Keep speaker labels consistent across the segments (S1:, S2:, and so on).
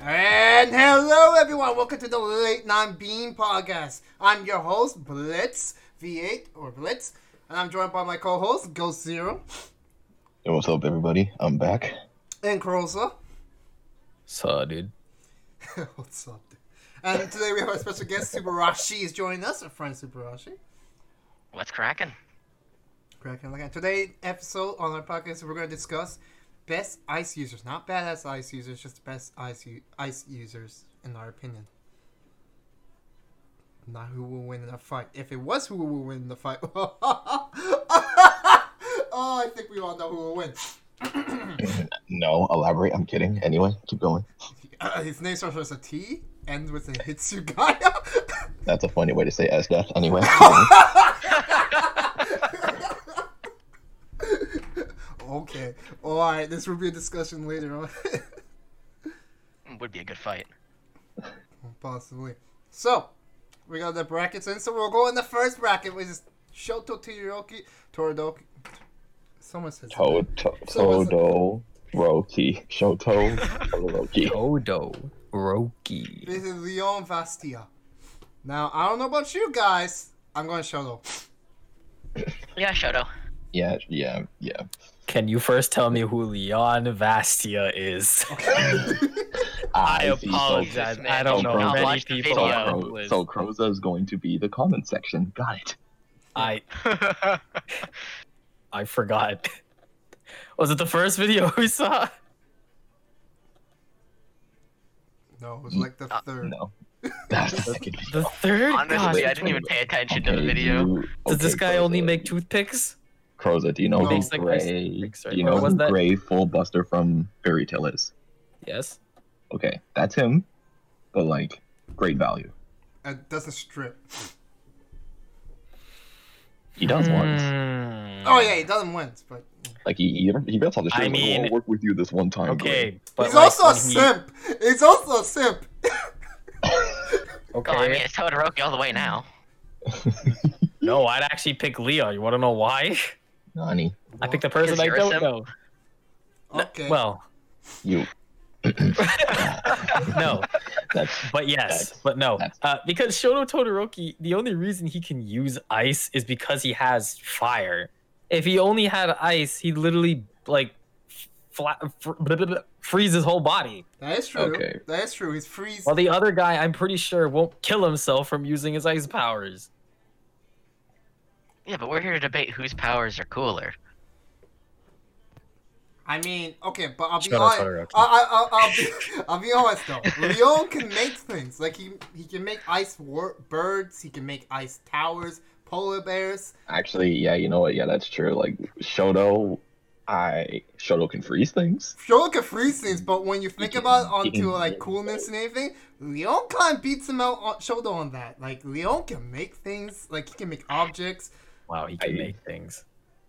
S1: And hello, everyone. Welcome to the Late Non Bean Podcast. I'm your host, Blitz V8 or Blitz, and I'm joined by my co-host, Ghost Zero
S2: Yo, what's up, everybody? I'm back.
S1: and Crosa.
S3: Saw, dude.
S1: What's up? dude? And today we have our special guest, Subarashi, is joining us. Our friend Subarashi.
S4: What's cracking?
S1: Correct. And like, today episode on our podcast, we're going to discuss best ice users, not badass ice users, just best ice u- ice users in our opinion. Not who will win in a fight. If it was who will win in the fight, oh, I think we all know who will win.
S2: No, elaborate. I'm kidding. Anyway, keep going.
S1: Uh, his name starts with a T, ends with a Hitsugaya.
S2: That's a funny way to say S dash. Anyway,
S1: okay. All right. This will be a discussion later on.
S4: Would be a good fight.
S1: Possibly. So, we got the brackets in, so we'll go in the first bracket, which is Shoto Todoroki. Todoroki. Someone says that.
S2: Toad, to- Todo, Roki, Shoto, Roki.
S3: Odo Roki.
S1: This is Leon Vastia. Now, I don't know about you guys. I'm going Shoto.
S4: Yeah, Shoto.
S2: Yeah, yeah, yeah.
S3: Can you first tell me who Leon Vastia is? I
S2: see,
S3: apologize.
S4: man.
S3: I don't
S2: You
S3: know how
S2: can't
S3: many
S4: watch the
S3: people
S2: So,
S4: video.
S3: are on the
S2: so,
S3: list.
S2: so Croza is going to be the comment section. Got it.
S3: I
S4: I
S3: I forgot. Was it the first video we saw?
S1: No, it was like
S3: Uh,
S1: the third.
S2: No, that's the second.
S3: The third?
S4: Honestly,
S3: God.
S4: I didn't even pay attention to the
S2: Okay,
S4: video.
S2: you-
S3: Does this
S2: okay,
S3: guy only
S2: Croza.
S3: make Oh, toothpicks?
S2: Croza? Do you know
S1: No.
S2: who
S1: Makes,
S3: like, ice
S2: Gray?
S3: cream,
S2: Do you
S3: right?
S2: know
S3: Or was
S2: who
S3: that-
S2: Gray Full Buster from Fairy Tale is?
S3: Yes.
S2: Okay, that's him. But like, great value.
S1: It doesn't strip.
S2: He does once.
S3: Hmm.
S1: Oh, yeah, he doesn't win, but.
S2: Like he he, he does all the shit.
S3: I
S2: like,
S3: mean-
S2: "Oh, I'll work with you this one time.
S3: Okay, but
S1: He's
S3: like,
S1: also a
S3: when he-
S1: simp! He's also a simp!
S4: Oh, I mean,
S3: Okay.
S4: it's Todoroki all the way now.
S3: No, I'd actually pick Leo. You want to know why?
S2: Nani,
S3: I picked the person
S4: Because
S3: I
S4: you're a
S3: don't
S4: simp?
S3: know.
S1: Okay.
S3: Well,
S2: you.
S3: no.
S2: That's
S3: But yes,
S2: That's-
S3: but no.
S2: that's-
S3: Uh, because Shoto Todoroki, the only reason he can use ice is because he has fire. If he only had ice, he literally like fla- fr- blah, blah, blah, freeze his whole body.
S1: that is true.
S2: Okay.
S1: That is true. He's freeze.
S3: While the other guy, I'm pretty sure, won't kill himself from using his ice powers.
S4: Yeah, but we're here to debate whose powers are cooler.
S1: I mean, okay, but I'll be
S3: Shout
S1: honest.
S3: out Todoroki.
S1: I, I, I'll, I'll, be, I'll be honest though. Leon can make things like he he can make ice war- birds. He can make ice towers, polar bears.
S2: actually yeah. You know what? Yeah, that's true. Like Shoto, I Shoto can freeze things.
S1: Sure can freeze things, but when you think
S2: can-
S1: about
S2: he
S1: onto
S2: can-
S1: like coolness and everything, Leon kind of beats him out on shoulder on that. Like Leon can make things. Like he can make objects.
S3: Wow, he can
S2: I-
S3: make things.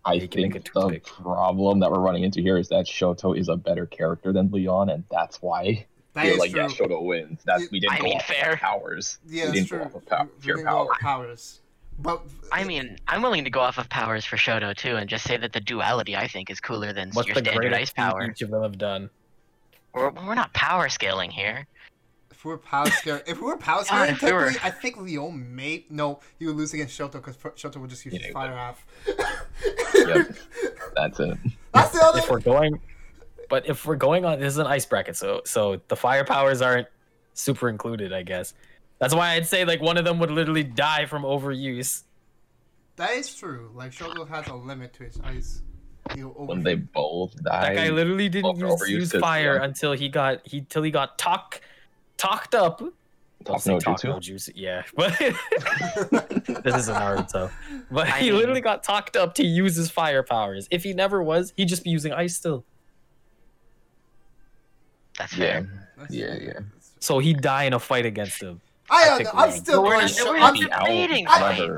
S2: I
S3: He can make
S2: think
S3: a
S2: the
S3: toothpick.
S2: problem that we're running into here is that Shoto is a better character than Leon, and that's why
S1: That
S2: you're
S1: is
S2: like
S1: true.
S2: yeah, Shoto wins. That's we didn't
S4: I
S2: go
S4: mean,
S2: off of
S4: fair.
S2: powers.
S1: Yeah,
S2: we
S1: that's
S2: didn't
S1: true.
S2: go off of pow-
S1: We
S2: pure
S1: didn't go
S2: power.
S1: with powers. But
S4: I mean, I'm willing to go off of powers for Shoto too, and just say that the duality I think is cooler than
S3: What's
S4: your
S3: the
S4: standard
S3: greatest
S4: ice
S3: feat
S4: power.
S3: each of them have done?
S4: We're, we're not power scaling here.
S1: If we were power scared, if we were power
S4: Yeah,
S1: scared,
S4: if we were-
S1: technically, I think Leon may no, he would lose against Shoto because Shoto would just use
S2: Yeah,
S1: his
S2: he
S1: fire half.
S2: Yep. That's it.
S1: That's the
S3: If
S1: other.
S3: we're going, but if we're going on, this is an ice bracket, so so the fire powers aren't super included, I guess. That's why I'd say like one of them would literally die from overuse.
S1: That is true. Like Shoto has a limit to his ice. He'll
S2: When
S1: over.
S2: they both
S3: That
S2: die.
S3: guy literally didn't
S2: over-
S3: use,
S2: overused
S3: use
S2: his-
S3: fire
S2: yeah.
S3: until he got he till he got talk talked up. Don't say
S2: no
S3: talk
S2: jutsu?
S3: no jutsu, Yeah, but this is an Naruto. But
S4: I
S3: he
S4: mean-
S3: literally got talked up to use his fire powers. If he never was, he'd just be using ice still.
S4: That's
S2: yeah.
S4: fair.
S1: That's-
S2: Yeah, yeah.
S1: that's-
S3: So he'd die in a fight against him.
S1: I don't
S3: think
S1: know. I'm
S3: Leon-
S1: still
S3: We're
S1: going
S4: not-
S1: Shoto.
S4: we're
S1: I'm,
S4: not-
S1: the-
S4: debating
S1: I-
S4: And even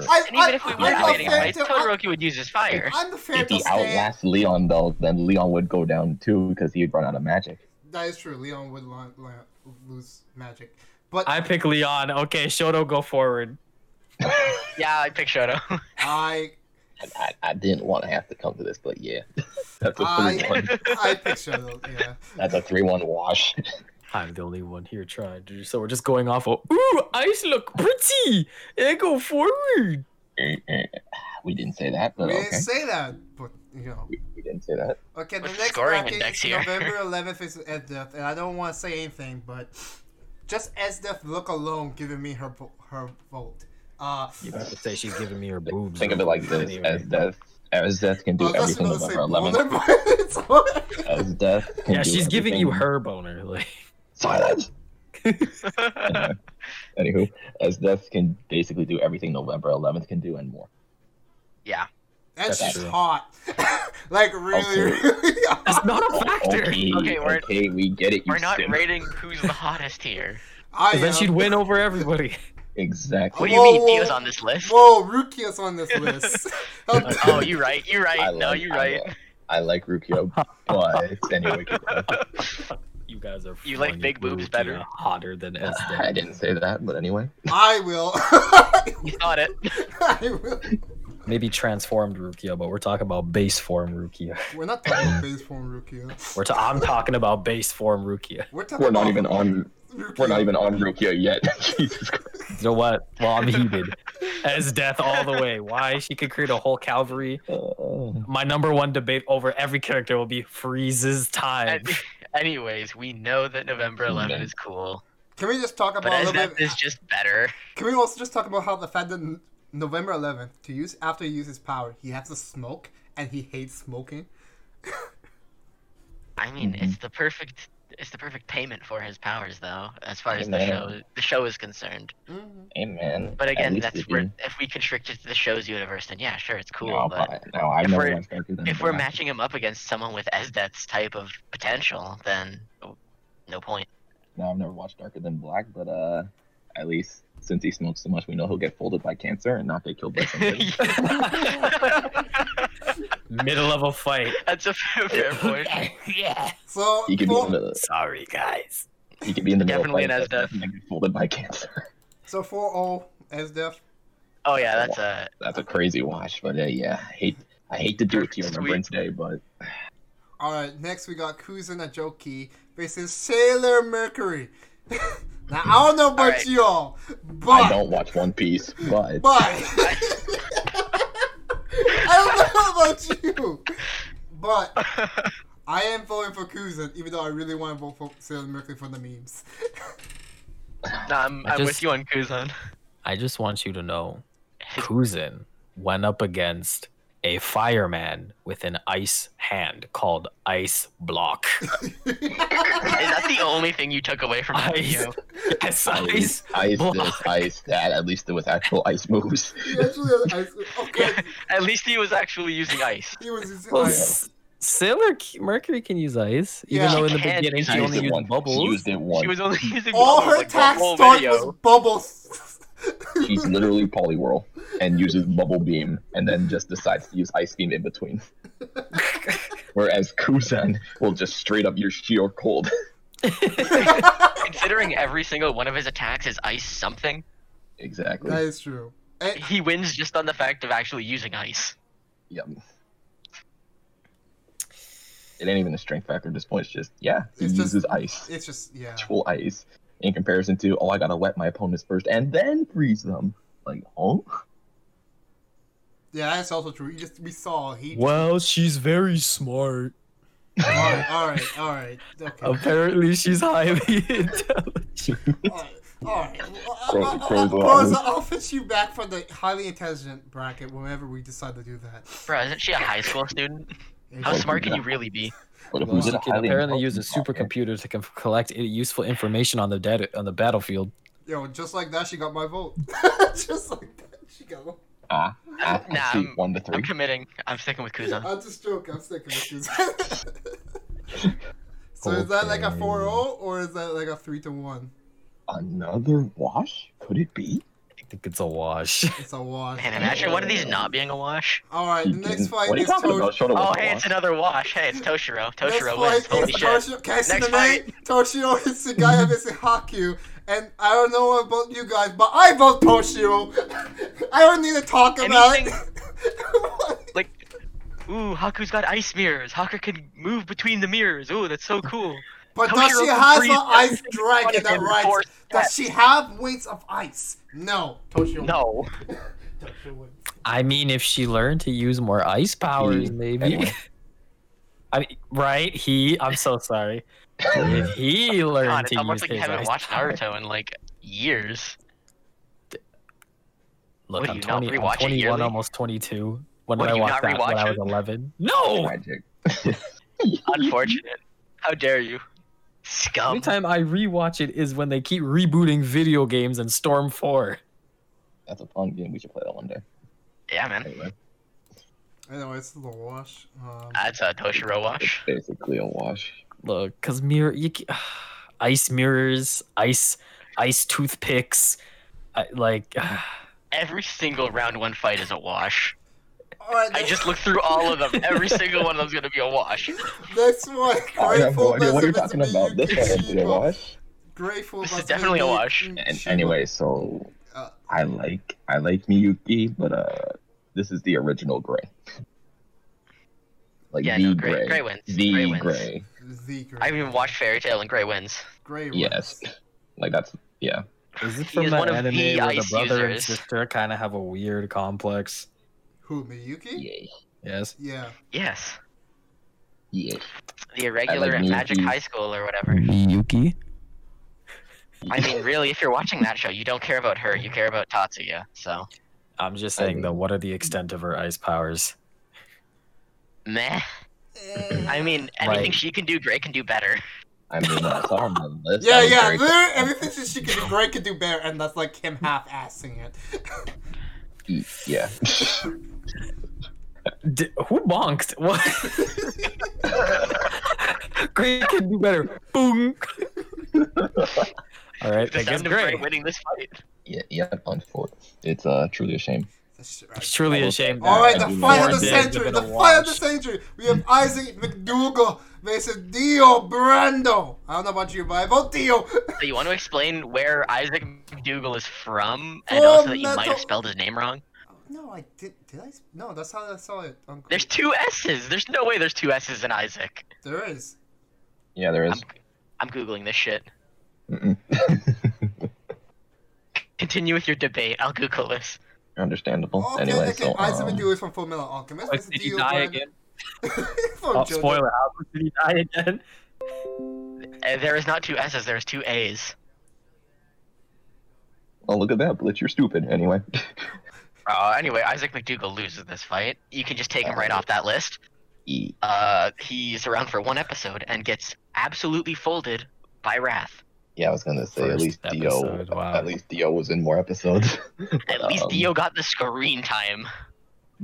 S4: if we
S1: I-
S4: were
S2: I-
S4: debating
S2: I-
S4: ice, Todoroki would use his fire.
S1: I'm the fan
S2: If
S1: to
S2: he
S1: stand.
S2: outlasts Leon though, then Leon would go down too because he'd run out of magic.
S1: That is true. Leon would lo- lo- lose magic, but
S3: I
S1: I,
S3: pick Leon. Okay, Shoto, go forward.
S4: Yeah, I pick Shoto.
S1: I,
S2: And I, I didn't want to have to come to this, but yeah, that's a
S1: I,
S2: three-one.
S1: I pick Shoto. Yeah.
S2: That's a three-one wash.
S3: I'm the only one here trying to. So we're just going off. Of, Ooh, ice look pretty. And go forward.
S2: Eh, eh. We didn't say that, but
S1: We
S2: Oh,
S1: didn't
S2: okay.
S1: say that, but you know.
S2: we didn't say that.
S1: Okay, the
S4: What's the
S1: next
S4: scoring
S1: bracket
S4: index
S1: is
S4: here?
S1: November 11th is Esdef, and I don't want to say anything, but just Esdef look alone giving me her vo- her vote. Uh,
S3: You about to say she's giving me her boobs?
S2: Think of it like this:
S3: Anyway.
S2: as death, as death can do
S1: I was just
S2: everything
S1: about to say
S2: November 11th.
S1: boner, but it's alright.
S2: As death can
S3: Yeah,
S2: do
S3: she's giving you
S2: everything-
S3: her boner. Like
S2: silence. Anywho, as death can basically do everything November 11th can do and more.
S4: yeah.
S1: That's
S2: That's
S1: just
S3: true.
S1: hot. like really,
S2: Okay.
S1: really hot.
S3: it's not a factor.
S2: Oh, Okay, okay,
S4: Okay, we're-
S2: we get it. You
S4: We're not
S2: simp.
S4: rating who's the hottest here.
S1: I
S3: 'Cause then
S1: am-
S3: she'd win over everybody.
S4: What
S2: Exactly.
S4: do you mean
S1: Whoa, whoa.
S4: Theo's on this list?
S1: Whoa, Rukia's on this list. How dare
S4: Oh, you're right. You're right.
S2: I
S4: no,
S2: like-
S4: you're
S2: I
S4: right.
S2: like- I like Rukio, but anyway,
S3: You guys are.
S4: You like
S3: funny,
S4: big boobs
S3: Rukia,
S4: better.
S3: Hotter than S.
S2: I didn't say that. But anyway,
S1: I will.
S4: You thought it.
S1: I will.
S3: Maybe transformed Rukia, but we're talking about base form Rukia.
S1: We're not talking about base form Rukia.
S3: We're ta- I'm talking about base form Rukia.
S1: We're talking
S2: we're not
S1: about
S2: even on.
S1: Rukia.
S2: We're not even on Rukio yet. Jesus Christ.
S3: You know what? Well, I'm heated. As death all the way. Why she could create a whole cavalry.
S2: Uh,
S3: My number one debate over every character will be freezes time.
S4: An- Anyways, we know that November 11
S2: Okay.
S4: is cool,
S1: Can we just talk
S4: but
S1: about a
S4: as
S1: little
S4: that
S1: bit?
S4: is just better.
S1: Can we also just talk about how the fact that N- November 11th, to use after he uses power, he has to smoke and he hates smoking.
S4: I mean,
S2: Mm-hmm.
S4: it's the perfect. It's the perfect payment for his powers, though, as far as the
S2: Amen.
S4: show the show is concerned.
S1: Mhm.
S2: hey man.
S4: But
S2: at
S4: again,
S2: least
S4: that's
S2: if
S4: where
S2: you-
S4: if we constrict it to the show's universe, then yeah, sure, it's cool.
S2: No,
S4: but
S2: but no, I've
S4: if
S2: never
S4: we're-
S2: watched Darker Than
S4: if we're
S2: Black.
S4: matching him up against someone with Esdeath's type of potential, then oh, no point.
S2: No, I've never watched Darker Than Black, but uh, at least since he smokes so much, we know he'll get folded by cancer and not get killed by something.
S3: Middle of a fight.
S4: That's a fair, fair point.
S3: yeah.
S1: So,
S2: he could be in
S1: for,
S2: the
S3: Sorry, guys.
S2: he could be in the middle of
S4: Definitely
S2: fight
S4: an
S2: and
S4: Asdeath.
S2: get folded by cancer.
S1: so 4-0 as death.
S4: Oh yeah, that's a
S2: That's a crazy watch, but uh, yeah, I hate I hate to do it to you on
S4: Sweet.
S2: Remembrance Day, but
S1: Alright, next we got Kuzen Ajoki versus Sailor Mercury. now, I don't know about
S4: Alright.
S1: y'all,
S2: I
S1: but,
S2: don't watch One Piece. But
S1: but, I don't know about you, but I am voting for Kuzen, even though I really want to vote for Sailor Mercury for the memes.
S4: no. I'm,
S3: I
S4: I'm
S3: just-
S4: with you on Kuzan.
S3: I just want you to know Kuzin went up against a fireman with an ice hand called Ice Block.
S4: Is that the only thing you took away from that
S3: Ice.
S4: video?
S2: ice,
S3: Yes, ice.
S2: ice this,
S3: block.
S2: ice that. At least it was actual ice moves.
S1: He actually had ice. Okay,
S4: Yeah, at least he was actually using ice.
S1: he was using
S3: Well,
S1: ice.
S3: S- Sailor K- Mercury can use ice, even
S1: Yeah.
S3: though in the
S4: She can
S3: beginning
S4: use
S3: she
S2: She
S4: ice.
S3: only
S2: used it
S3: used
S2: once.
S3: bubbles.
S2: She used it
S4: She was
S2: once.
S4: only using
S1: All
S4: bubbles,
S1: her
S4: like, the
S1: tax
S4: whole
S1: start
S4: video.
S1: was bubbles.
S2: She's literally polywhirl and uses bubble beam and then just decides to use ice beam in between. Whereas Kuzan will just straight up your sheer cold.
S1: that
S4: Considering every single one of his attacks is ice something,
S2: exactly.
S1: is true. And
S4: he wins just on the fact of actually using ice.
S2: Yum. It ain't even a strength factor at this point. It's just yeah, he
S1: It's just-
S2: uses ice,
S1: it's just yeah.
S2: actual ice, in comparison to oh, I gotta wet my opponents first and then freeze them. Like oh,
S1: Yeah, that's also true. You just we saw he.
S3: Well, she's very smart.
S1: All right, all right, all right. Okay.
S3: Apparently, she's highly intelligent.
S1: all right. All right.
S2: Crow-
S1: Well, I- I- I-
S2: crows will
S1: Rosa,
S2: always-
S1: I'll fetch you back for the highly intelligent bracket whenever we decide to do that.
S4: Bro, isn't she a high school student?
S1: It's-
S4: How smart can you really be?
S2: but if
S1: Well,
S2: we did
S3: She
S2: a
S3: can
S2: highly
S3: apparently use a
S2: intelligent
S3: supercomputer to com- collect i- useful information on the dead on the battlefield.
S1: Yo, just like that, she got my vote. just like that, she got. my-
S2: Ah, ah, I
S4: Nah,
S2: see,
S4: I'm-
S2: one to
S4: I'm
S2: three.
S4: committing. I'm sticking with Kuzan.
S1: I'm just joking. I'm sticking with you. so is that like a 4-0 or is that like a 3 to 1?
S2: Another wash? Could it be?
S3: I think it's a wash.
S1: It's a wash.
S4: Man, imagine one of these not being a wash.
S1: All right, the
S2: He
S1: next
S2: didn't-
S1: fight
S2: what are you
S1: is
S2: talking
S1: Tosh-
S2: about? Shoulda
S4: Oh,
S2: was a
S4: hey,
S2: wash.
S4: it's another wash. Hey, it's Toshiro.
S1: Next
S4: Toshiro
S1: fight
S4: wins. Holy
S1: is
S4: shit.
S1: Toshiro. Can I see
S4: Next
S1: the name? Toshiro is Sugaya vs. Haku. And I don't know about you guys, but I vote Toshiro. I don't need to talk about
S4: Anything-
S1: it.
S4: Like, ooh, Haku's got ice mirrors. Haku can move between the mirrors. Ooh, that's so cool.
S1: But does she
S4: Toshiro
S1: has
S4: freeze
S1: an ice
S4: everything
S1: dragon
S4: in
S1: that
S4: and
S1: rides?
S4: force
S1: Does she have wings of ice? No. Toshio.
S4: No.
S1: Toshio wins.
S3: I mean, if she learned to use more ice
S2: He,
S3: powers, maybe.
S2: anyway.
S3: I mean, right? He. I'm so sorry. If he learned
S4: God, it's
S3: to use
S4: almost like you
S3: his
S4: haven't
S3: ice
S4: watched
S3: power-
S4: Naruto in like years.
S3: Look,
S4: What, do
S3: I'm,
S4: you not
S3: 20, I'm
S4: rewatch it
S3: 21,
S4: yearly?
S3: almost 22. When
S4: What,
S3: did I
S4: do you
S3: watch
S4: not
S3: that? When
S4: rewatch
S3: I was
S4: it?
S3: 11.
S4: Oh.
S3: No.
S2: Magic.
S4: Unfortunate. How dare you?
S3: The
S4: Scum.
S3: only time I rewatch it is when they keep rebooting video games and Storm 4.
S2: That's a fun game. We should play that one day.
S4: Yeah, man.
S2: Anyway,
S1: Anyway, it's the wash. Um,
S4: That's a Toshiro wash.
S2: basically a wash.
S3: Look, cause mirror, you, ca- ice mirrors, ice, ice toothpicks, I, like
S4: Every single round one fight is a wash.
S1: all right.
S4: I
S1: next-
S4: just looked through all of them. Every single one of them's gonna be a wash.
S1: Next one.
S2: I have
S1: Grateful
S2: no idea what you're
S1: Best of
S2: talking about. This
S1: Mitsubishi
S2: one did a
S1: Shiba.
S2: wash.
S1: Grateful
S4: This is
S1: Best of
S4: definitely a
S1: Mitsubishi
S4: wash.
S2: And
S1: Shiba.
S2: anyway, so
S1: Uh,
S2: I like I like Miyuki, but uh, this is the original Gray. Like
S4: Yeah,
S2: the
S4: no, Gray-
S2: Gray,
S4: Gray wins.
S2: the
S4: Gray
S2: Gray.
S4: wins.
S1: the Gray.
S4: I even watched Fairy Tail and Gray wins.
S1: Gray.
S2: Yes,
S1: Rats.
S2: like that's yeah.
S3: is it
S4: He is one of the ice users.
S3: sister kind of have a weird complex?
S1: Who Miyuki?
S2: Yeah,
S3: Yes.
S1: Yeah.
S4: Yes.
S2: yeah.
S4: The irregular at
S2: Miyuki.
S4: Magic High School or whatever.
S3: Miyuki.
S4: I mean, really, if you're watching that show, you don't care about her. You care about Tatsuya. So,
S3: I'm just
S2: I
S3: saying though,
S2: mean-
S3: what are the extent of her ice powers?
S4: meh. I mean, anything
S3: Like-
S4: she can do, Gray can do better.
S2: I mean, I saw on the list.
S1: Yeah,
S2: I was
S1: yeah,
S2: very
S1: literally everything that she can do, Gray can do better, and that's like him half-assing it.
S2: confused. Yeah.
S3: D- who bonked? What? Great can do better. Boom. All right,
S4: The
S3: I guess
S4: sound of Gray
S3: great.
S4: winning this fight.
S2: Yeah, yeah, on fourth. It's uh truly a shame.
S1: That's right.
S3: It's truly a shame.
S1: All right,
S3: that
S1: the
S2: Yeah.
S1: fight of the
S3: Warren did give
S1: century,
S3: it
S1: the
S3: a
S1: fight of the
S3: wash.
S1: century. We have Isaac McDougal versus Dio Brando. I don't know about you, but I vote Dio.
S4: So you want to explain where Isaac McDougal is from, and
S1: Full
S4: also that you might
S1: Metal-
S4: have spelled his name wrong?
S1: No, I did. Did I? s- No, that's how I saw it. Uncle.
S4: There's two S's. There's no way there's two S's in Isaac.
S1: There is.
S2: Yeah, there
S4: I'm,
S2: is.
S4: I'm googling this shit.
S2: Mm-mm.
S4: Continue with your debate. I'll Google this.
S2: Understandable.
S1: Okay,
S2: anyway,
S1: okay.
S2: so
S1: Isaac
S2: um,
S1: McDougal is from Full Metal Alchemist. versus
S3: Did he
S1: Dio
S3: die
S1: Brando.
S3: again?
S1: From
S3: Oh,
S1: JoJo.
S3: spoiler! How did he die again?
S4: Uh, there is not two S's. There is two A's.
S2: oh look at that, Blitz, you're stupid. Anyway,
S4: Uh, anyway, Isaac McDougal loses this fight. You can just take him right
S2: Alright.
S4: off that list.
S2: E.
S4: Uh, he's around for one episode and gets absolutely folded by Wrath.
S2: yeah, I was gonna say at
S3: First
S2: least Dio.
S3: episode, wow.
S2: At least Dio was in more episodes.
S4: At least
S2: Um,
S4: Dio got the screen time.
S2: I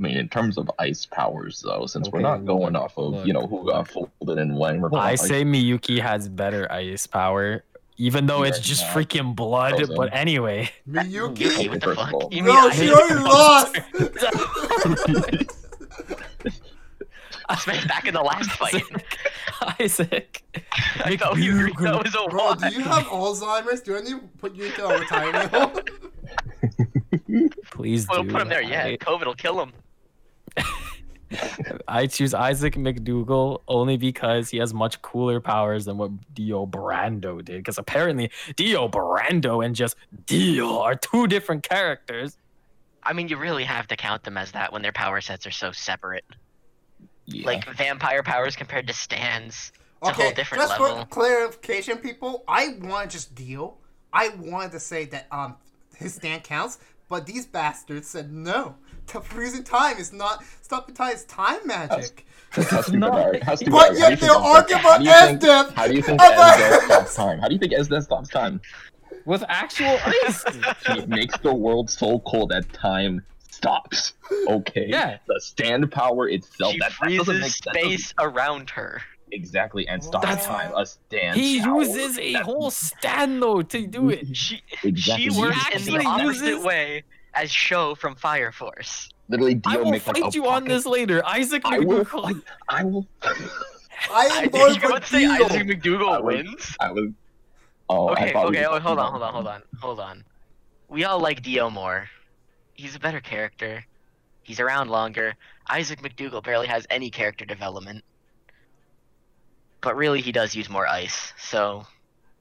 S2: mean, in terms of ice powers, though, since we're
S3: Okay,
S2: not going
S3: look,
S2: off of you know who got folded and when, we're going
S3: I
S2: off ice
S3: say Miyuki has better ice power, even though it's
S2: Yeah,
S3: just
S2: yeah.
S3: freaking blood.
S2: Frozen.
S3: But anyway,
S1: Miyuki.
S4: Yuki, what the
S2: first
S4: fuck?
S2: of all.
S4: You mean
S1: No,
S4: I-
S1: she already lost.
S4: Smash back in the last fight.
S3: Isaac,
S4: I thought you agreed that was a
S1: Bro,
S4: one.
S1: do you have Alzheimer's? Do I need to put you into a retirement home?
S3: please
S4: We'll
S3: do.
S4: put him there. Yeah,
S3: I,
S4: COVID will kill him.
S3: I choose Isaac McDougal only because he has much cooler powers than what Dio Brando did. Because apparently Dio Brando and just Dio are two different characters.
S4: I mean, you really have to count them as that when their power sets are so separate.
S2: Yeah.
S4: Like vampire powers compared to Stan's. It's a whole different
S1: just for
S4: level.
S1: clarification, people, I want just Dio. I wanted to say that um his stand counts, but these bastards said no. The freezing time is not stopping time. It's time magic.
S2: How stupid
S3: not-
S2: are- how stupid
S1: But
S2: are-
S1: yet they'll
S2: how do
S1: argue
S2: you think-
S1: about Esdeath.
S2: How do you think
S1: About-
S2: Esdeath stops time? How do you think Esdeath stops time?
S3: With actual ice.
S2: He makes the world so cold that time stops. Okay.
S3: Yeah.
S2: The stand power itself
S4: she
S2: that, that doesn't make
S4: freezes
S2: sense. doesn't-
S4: space around her.
S2: exactly and stops
S1: That's-
S2: time. A stand.
S3: He
S2: power.
S3: uses a
S2: That-
S3: whole stand though to do it.
S4: She
S2: Exactly.
S4: she works in the
S3: Actually
S4: opposite
S3: uses-
S4: way as Sho from Fire Force.
S2: Literally,
S3: I
S2: Dio
S3: will
S2: makes like
S3: fight
S2: a
S3: you on
S2: fucking-
S3: this later, Isaac
S2: I will.
S3: McDougal.
S2: fight- I will.
S1: I
S4: I
S1: am
S4: think
S1: voting
S4: you
S1: for
S4: would say Isaac
S1: Dio.
S4: McDougal
S2: I would-
S4: wins.
S2: I was. Oh, I
S4: Okay,
S2: thought we
S4: okay,
S2: were
S4: oh, hold on,
S2: talking
S4: hold on, hold
S2: about-
S4: on, hold on. We all like Dio more. He's a better character. He's around longer. Isaac McDougal barely has any character development. But really, he does use more ice. So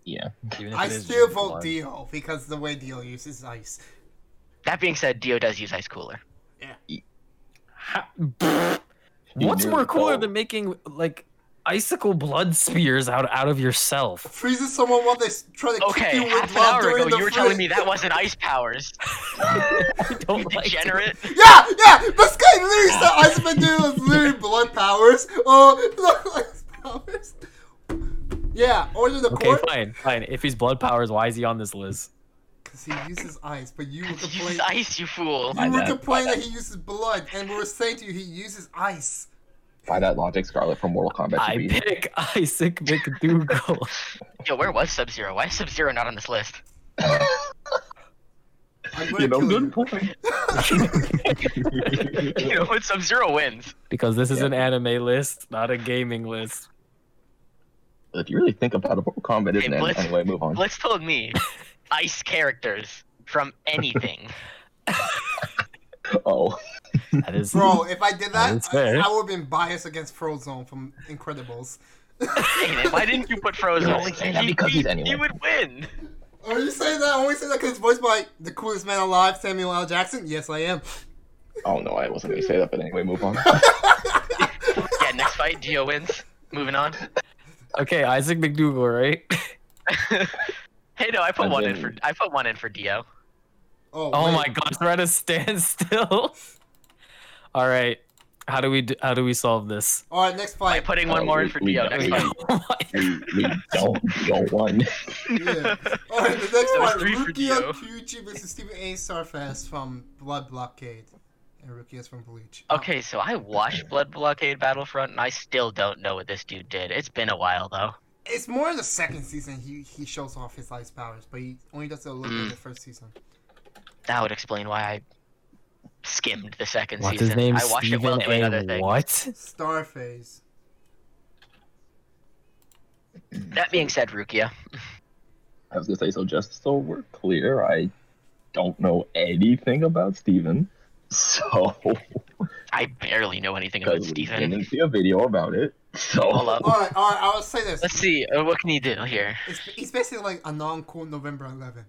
S2: Yeah.
S3: Even if
S1: I
S3: it is
S1: still
S3: just
S1: vote
S3: one.
S1: Dio because the way Dio uses ice.
S4: that being said, Dio does use ice cooler.
S3: Ha- pfft. What's
S2: knew
S3: more
S2: it
S3: cooler
S2: all.
S3: than making like icicle blood spears out out of yourself?
S1: Freezes someone while they s- try to
S4: Okay,
S1: kick you
S4: half
S1: with
S4: an
S1: love
S4: hour
S1: during
S4: ago,
S1: the
S4: you were
S1: freeze.
S4: telling me that wasn't ice powers.
S3: I
S1: Oh
S3: don't like to-
S4: Degenerate.
S1: Yeah, yeah, this guy literally said ice man is literally blood powers. Oh, uh, ice powers. Yeah, order the
S3: Okay,
S1: court
S3: fine, fine. If he's blood powers, why is he on this list?
S1: because he uses ice, but you were
S4: He uses
S1: complaining.
S4: ice, you fool.
S2: My
S1: You were
S2: bad, my
S1: complaining that he uses blood, and we were saying to you he uses ice.
S2: By that logic, Scarlet from Mortal Kombat should
S3: I
S2: be.
S3: pick Isaac McDougal.
S4: Yo, where was Sub Zero? Why is Sub Zero not on this list?
S1: I'm gonna
S2: you know,
S1: kill
S2: good
S1: you.
S2: point.
S4: You know, when Sub Zero wins.
S3: because this is an anime list, not a gaming list.
S2: if you really think about it, Mortal Kombat isn't
S4: Hey,
S2: an
S4: Blitz-
S2: anyway. Move on.
S4: Blitz told me ice characters from anything.
S2: Oh,
S3: That is
S1: Bro, if I did that,
S3: That's
S1: I,
S3: fair.
S1: I would have been biased against Frozone from Incredibles.
S4: Dang it, why didn't you put Frozen?
S2: You're only saying that because he's anyway.
S4: He would win.
S1: Are Oh, you saying that? I only say that because it's voiced by the coolest man alive, Samuel L. Jackson? Yes, I am.
S2: oh no, I wasn't gonna say that, but anyway, move on.
S4: Yeah, next fight, Dio wins. Moving on.
S3: okay. Isaac McDougal, right?
S4: Hey, no, I put
S2: I
S4: one in for
S2: didn't.
S4: I put one in for Dio.
S1: Oh,
S3: Oh
S1: wait.
S3: my gosh, we're at a standstill. All right, how do we do, how do we solve this?
S1: All right, next
S4: By
S1: fight.
S4: putting one
S2: Oh,
S4: more in
S2: we-
S4: for
S2: we
S4: Dio
S2: got
S4: next
S2: it.
S4: fight.
S3: Oh my
S2: we, we don't go one.
S1: Yeah. All right, the next
S4: That was
S1: one:
S4: three for
S1: Rukia
S4: Dio.
S1: Kyuchi versus Stephen A. Starfast from Blood Blockade, and Rukia's from Bleach. Oh,
S4: Okay, so I watched Blood Blockade Battlefront, and I still don't know what this dude did. It's been a while though.
S1: it's more in the second season he he shows off his ice powers, but he only does it a little bit in
S4: Mm.
S1: the first season.
S4: That would explain why I skimmed the second
S3: What's
S4: season.
S3: his name?
S4: I watched it while
S3: Stephen
S4: doing other
S3: A.
S4: things.
S3: What?
S1: Starface.
S4: That being said, Rukia,
S2: I was gonna say so. Just so we're clear, I don't know anything about Steven. So
S4: I barely know anything about
S2: because Oh, we
S4: Steven.
S2: didn't see a video about it.
S4: Hold
S2: So
S4: up.
S1: All right, all right. I'll say this.
S4: Oh. Let's see. uh, What can he do here?
S1: It's, it's basically like a non-cool November 11.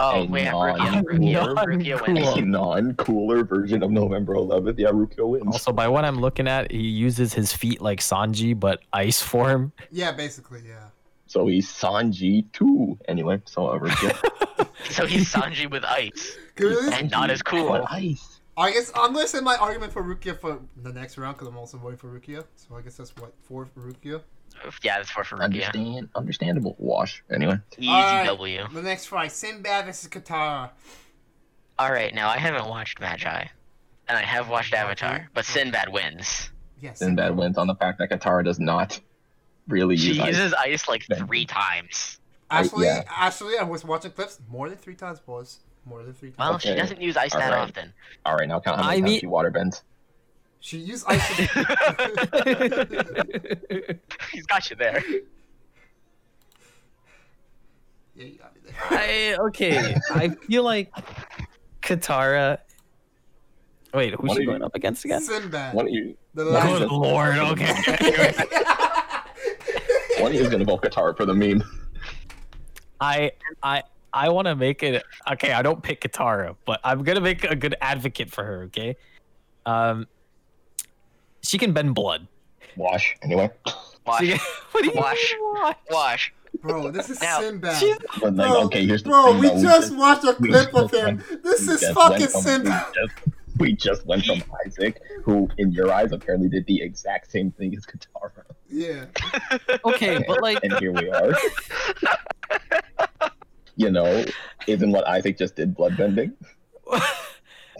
S4: Oh,
S2: A
S4: we have
S2: non-
S4: Rukia. Rukia, Rukia
S3: non-cool-
S4: wins.
S2: a non-cooler version of November 11th. Yeah, Rukio wins.
S3: Also, by what I'm looking at, he uses his feet like Sanji, but ice form.
S1: Yeah, basically, yeah.
S2: So he's Sanji too. Anyway, so uh, Rukio.
S4: So he's Sanji with ice.
S1: Can we at least-
S4: And not as cool.
S2: But ice.
S1: I guess I'm gonna say my argument for Rukia for the next round because I'm also voting for Rukia. So I guess that's what four for Rukia.
S4: Yeah, that's four for Rukia.
S2: Understand, understandable. Wash. Anyway,
S4: Easy
S1: Alright.
S4: E W.
S1: The next fight: Sinbad versus Katara.
S4: All right, now I haven't watched Magi, and I have watched Avatar, but Sinbad wins.
S1: Yes.
S2: Sinbad wins on the fact that Katara does not really
S4: She
S2: use ice.
S4: uses ice like
S2: Then-
S4: three times.
S1: Actually,
S2: yeah.
S1: actually, I was watching clips more than three times, boys. More than three times.
S4: Well, she
S2: Okay.
S4: doesn't use ice that
S2: Alright.
S4: often.
S2: All right, now count how many
S3: I
S2: times
S3: mean-
S2: she water bends.
S1: She used ice. To...
S4: He's got you there.
S1: yeah, you got me there.
S3: I okay. I feel like Katara. Wait, who's
S2: What are
S3: she
S2: you-
S3: going up against again?
S1: Sinbad.
S2: One of you,
S1: The
S2: What are
S1: last.
S3: Good lord. Okay.
S2: one of you is gonna vote Katara for the meme.
S3: I I I want to make it okay. I don't pick Katara, but I'm gonna make a good advocate for her. Okay, um, she can bend blood.
S2: Wash. Anyway,
S4: Wash.
S3: She can- what do you
S4: Wash.
S3: mean, wash?
S4: Wash.
S1: Bro, this is
S4: Now-
S1: Sinbad.
S3: She's-
S2: but like,
S1: Bro,
S2: okay, here's the
S1: bro,
S2: thing,
S1: we
S2: though,
S1: just watched a
S2: we
S1: clip of
S2: just
S1: him.
S2: went-
S1: This
S2: we
S1: is
S2: just
S1: fucking
S2: went from- we
S1: Sinbad.
S2: just- We just went from Isaac, who in your eyes apparently did the exact same thing as Katara,
S1: Yeah.
S3: Okay, but like
S2: and here we are. you know, isn't what Isaac just did bloodbending?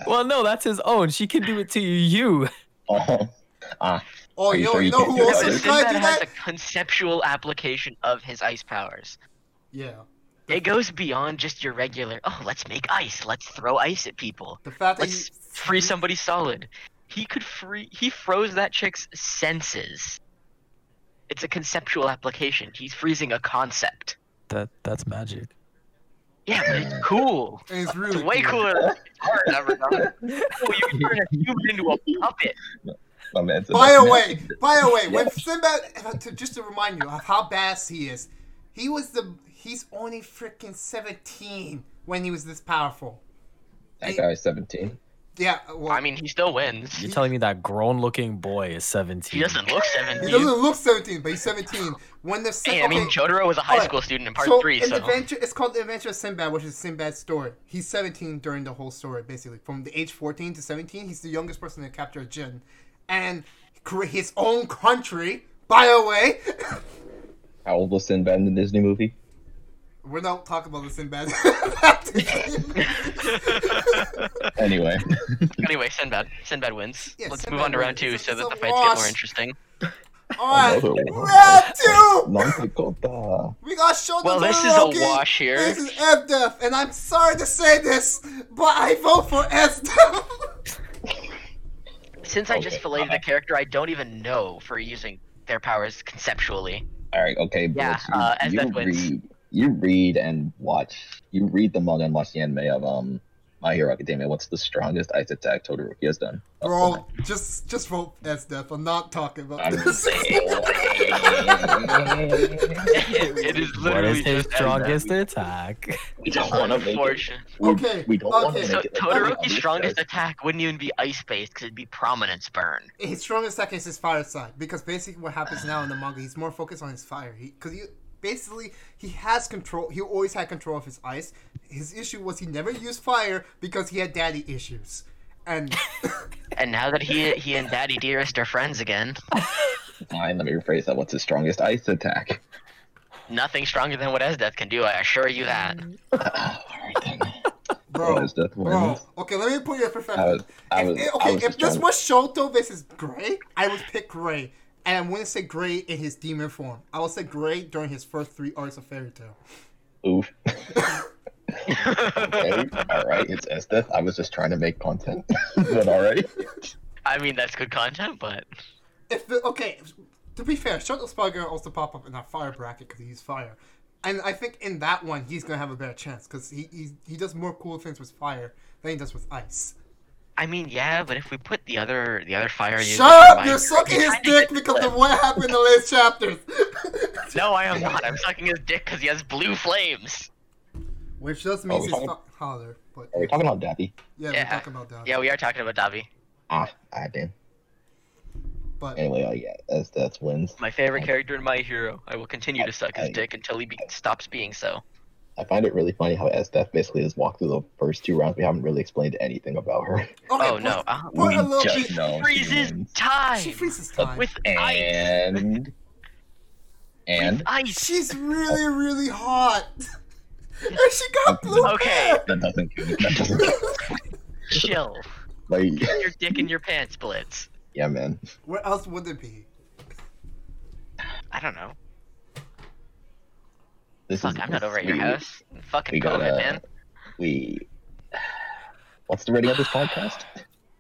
S3: Well, no, that's his own. She can do it to you.
S2: Oh, ah,
S1: Oh,
S2: Are you
S1: yo,
S2: sure
S1: you
S2: you
S1: know
S2: can't
S1: who
S2: do it?
S1: else
S2: This
S1: is
S2: is
S1: trying to
S4: Sinbad
S1: do
S4: has
S1: that?
S4: a conceptual application of his ice powers.
S1: Yeah.
S4: It goes beyond just your regular, oh, let's make ice, let's throw ice at people,
S1: The fact that
S4: let's
S1: he
S4: free somebody solid. He could free, he froze that chick's senses. It's a conceptual application. He's freezing a concept.
S3: That that's magic.
S4: Yeah, but it's cool.
S1: is really
S4: It's way
S1: cool.
S4: cooler than art I've ever done. Oh, you can turn a human into a puppet.
S2: My man's the
S1: By
S2: best
S1: the
S2: man.
S1: way, by the way, when Sinbad, to, just to remind you of how badass he is, he was the he's only freaking seventeen when he was this powerful.
S2: that guy's 17.
S1: Yeah, well,
S4: I mean, he still wins.
S3: You're telling me that grown-looking boy is 17.
S4: He doesn't look
S1: he
S4: 17.
S1: doesn't look seventeen, but he's seventeen when the se-
S4: Hey, I mean,
S1: okay,
S4: Jotaro was a high
S1: Alright,
S4: school student in part
S1: so
S4: three,
S1: in
S4: so
S1: the adventure, it's called the Adventure of Sinbad, which is Sinbad's story. He's seventeen during the whole story, basically, from the age fourteen to seventeen. He's the youngest person to capture a Jin, and cre- his own country. By the way,
S2: How old was Sinbad in the Disney movie?
S1: we're not talking about the Sinbad.
S2: Anyway,
S4: anyway, Sinbad. Sinbad wins.
S1: Yeah,
S4: Let's
S1: Sinbad
S4: move on to round
S1: wins.
S4: two
S1: It's-
S4: so
S1: it's
S4: that
S1: a
S4: the fights get
S1: wash.
S4: more interesting.
S1: All right,
S2: Another one.
S1: round two.
S2: Monte Cota.
S1: We got Shonen
S4: Well, this is a
S1: Todoroki.
S4: wash here.
S1: This is F-Def, and I'm sorry to say this, but I vote for S-Def.
S4: Since I just
S2: Okay,
S4: filleted a
S2: alright.
S4: character I don't even know for using their powers conceptually.
S2: All right, okay, but
S4: Yeah,
S2: you,
S4: uh, as
S2: you
S4: Death wins.
S2: read, you read and watch, you read the manga and watch the anime of um, My Hero Academia. What's the strongest ice attack Todoroki has done? Up till now.
S1: Bro, just just vote S-Def. I'm not talking about
S2: I'm
S1: this.
S2: just
S4: it is
S3: What
S4: literally
S3: is his
S4: just
S3: strongest attack?
S2: we don't want to make it.
S4: unfortunate.
S2: We,
S1: Okay,
S2: we don't want to
S1: okay.
S2: make
S4: So
S2: it. like that.
S4: Todoroki's strongest attack wouldn't even be ice based because it'd be prominence burn.
S1: His strongest attack is his fire side, because basically what happens now in the manga, he's more focused on his fire. Because he, basically he has control. He always had control of his ice. His issue was he never used fire because he had daddy issues, and.
S4: And now that he he and Daddy Dearest are friends again,
S2: Fine, let me rephrase that. What's his strongest ice attack?
S4: nothing stronger than what Esdeath can do. I assure you that.
S2: Mm. Alright then.
S1: Bro,
S2: Is that what
S1: bro.
S2: it is?
S1: Okay, let me put you in perspective.
S2: Mm-hmm. I
S1: If-
S2: was- I was-
S1: if,
S2: I
S1: okay,
S2: was
S1: if
S2: just
S1: this
S2: trying-
S1: was Shoto versus Gray, I would pick Gray, and I wouldn't say Gray in his demon form. I would say Gray during his first three arcs of Fairy Tail.
S2: Oof. okay. Alright, it's Esteth. I was just trying to make content. but alright.
S4: I mean, that's good content, but
S1: If the, okay, to be fair, Shoto's probably gonna also pop up in our fire bracket because he used fire, and I think in that one he's gonna have a better chance because he, he he does more cool things with fire than he does with ice.
S4: I mean, yeah. But if we put the other the other fire user,
S1: Shut up!
S4: combined-
S1: You're sucking his
S4: Kinda
S1: dick
S4: get
S1: because of
S4: flipped.
S1: what happened in the last chapters.
S4: No, I am not. I'm sucking his dick because he has blue flames.
S1: Which just means
S2: we
S1: he's
S2: talking-
S1: fu- holler, but
S2: Are we talking about Dappy?
S1: Yeah,
S4: Yeah.
S1: we're talking about that.
S4: Yeah, we are talking about Davi.
S2: Ah, I did.
S1: but
S2: Anyway, uh, yeah, Esteth wins.
S4: My favorite character in My Hero. I will continue to suck his
S2: I-
S4: dick until he be- stops being so.
S2: I find it really funny how Esteth basically has walked through the first two rounds. We haven't really explained anything about her.
S1: okay,
S4: Oh
S1: but-
S4: no! Uh,
S1: Put
S2: we
S1: a little
S2: just
S1: bit-
S2: know Oh, she
S4: freezes
S2: wins.
S4: time
S1: She freezes time.
S4: with ice.
S2: And and
S4: Ice.
S1: She's really, really hot. and she got blue.
S4: Okay,
S2: that doesn't count. That doesn't count.
S4: chill.
S2: Like,
S4: Put your dick in your pants, Blitz.
S2: yeah, man.
S1: Where else would it be?
S4: I don't know.
S2: This
S4: Fuck,
S2: is
S4: I'm not over at
S2: we-
S4: your house. Fucking
S2: We got
S4: COVID,
S2: to
S4: man.
S2: we. What's the rating of this podcast?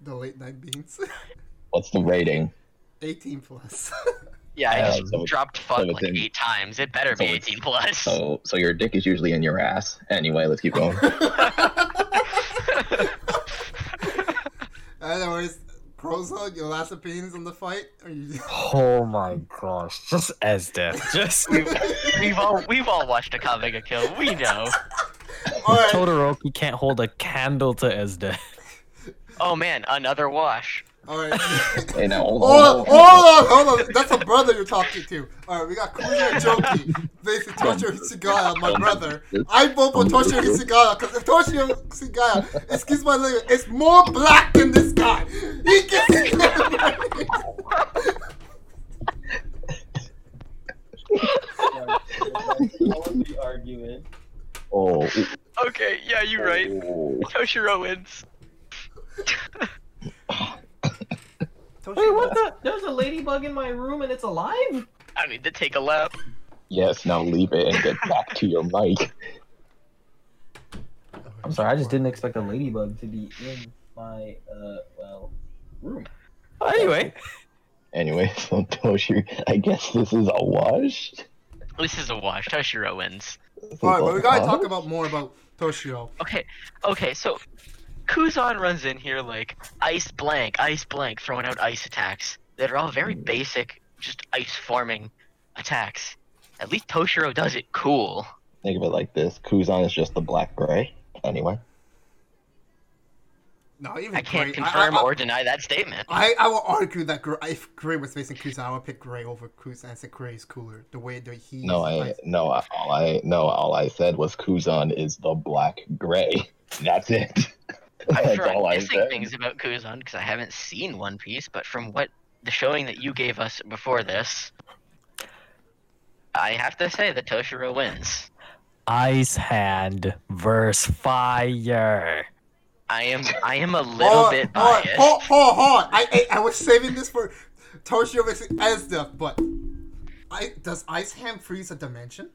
S1: The late night beans.
S2: What's the rating?
S1: 18 plus.
S4: Yeah, I
S2: Yeah,
S4: just
S2: so-
S4: dropped fuck
S2: so
S4: like
S2: within-
S4: eight times. It better be
S2: so
S4: 18 plus.
S2: So so your dick is usually in your ass. Anyway, let's keep going.
S1: Anyways, Crozo, your last opinions on the fight? Or you...
S3: Oh my gosh, just as death. Just
S4: we've all we've all watched a comic a kill. We know.
S1: Alright,
S3: Todoroki can't hold a candle to Ezda.
S4: Oh man, another wash.
S1: alright.
S2: hey, now hold on.
S1: Oh,
S2: hold on, hold on.
S1: oh, hold on. That's a brother you're talking to. All right, we got Kuya and Joki. Basically, Toshio Hisugaya, my brother. I vote for Toshio Hisugaya because if Toshio Hisugaya, excuse my language, is more black than this guy. He gets.
S2: Oh,
S4: Okay, yeah, you're
S2: oh.
S4: Toshiro wins.
S3: the? There's a ladybug in my room and it's alive?
S4: I need to take a lap.
S2: Yes, now leave it and get back to your mic.
S3: I'm sorry, I just didn't expect a ladybug to be in my, uh, well, room. Anyway,
S2: Anyway, so Toshi, I guess this is a wash.
S4: This is a wash. Toshiro wins.
S1: All right, but we gotta talk about more about Toshio.
S4: Okay, okay, so Kuzan runs in here like ice blank, ice blank, throwing out ice attacks that are all very basic, just ice farming attacks. At least Toshiro does it cool.
S2: Think of it like this: Kuzan is just the black gray. Anyway,
S1: No, even
S4: I can't
S1: Gray-
S4: confirm
S1: I, I,
S4: or deny that statement.
S1: I, I will argue that Gr- if Gray was facing Kuzan, I would pick Gray over Kuzan. I said Gray is cooler. The way that he
S2: no, I no, I- all I no, all I said was Kuzan is the black gray. That's it.
S4: I'm
S2: That's
S4: sure
S2: all
S4: I'm
S2: I
S4: missing
S2: said.
S4: things about Kuzan because I haven't seen One Piece, but from what the showing that you gave us before this, I have to say that Toshiro wins.
S3: Ice hand versus fire.
S4: I am I am a little
S1: Hold on,
S4: bit
S1: hold on,
S4: biased.
S1: Hold, hold, hold on. I, I I was saving this for Toshio versus Ezda, but I does Ice Ham freeze a dimension?